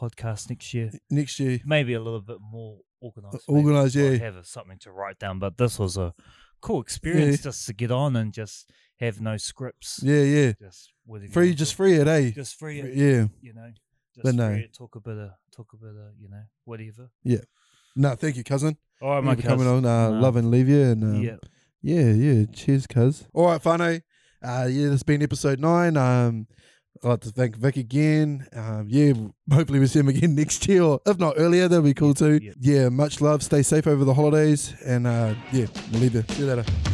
Speaker 2: podcast next year.
Speaker 1: Next year.
Speaker 2: Maybe a little bit more organized.
Speaker 1: Uh, organised,
Speaker 2: maybe, like,
Speaker 1: yeah.
Speaker 2: Have a- something to write down. But this was a cool experience just to get on and just have no scripts.
Speaker 1: Yeah, yeah.
Speaker 2: Just whatever you
Speaker 1: Free,
Speaker 2: wanna
Speaker 1: just
Speaker 2: do.
Speaker 1: free it, eh?
Speaker 2: just free. it,
Speaker 1: Yeah.
Speaker 2: You know, just
Speaker 1: But no.
Speaker 2: free it, talk a bit of talk a bit of you know whatever.
Speaker 1: No, thank you, cousin.
Speaker 2: All right,
Speaker 1: Thank you for coming on. Uh,
Speaker 2: Nah.
Speaker 1: Love and leave you. And um,
Speaker 2: Yeah,
Speaker 1: Uh, yeah, yeah. Cheers, cuz. All right, Fano. Uh, yeah, that's been episode nine. Um, I'd like to thank Vic again. Um, yeah, hopefully we see him again <laughs> next year, or if not earlier, that'd be cool too.
Speaker 2: Yep.
Speaker 1: Yeah, much love. Stay safe over the holidays, and uh, yeah, we'll leave you. See you later.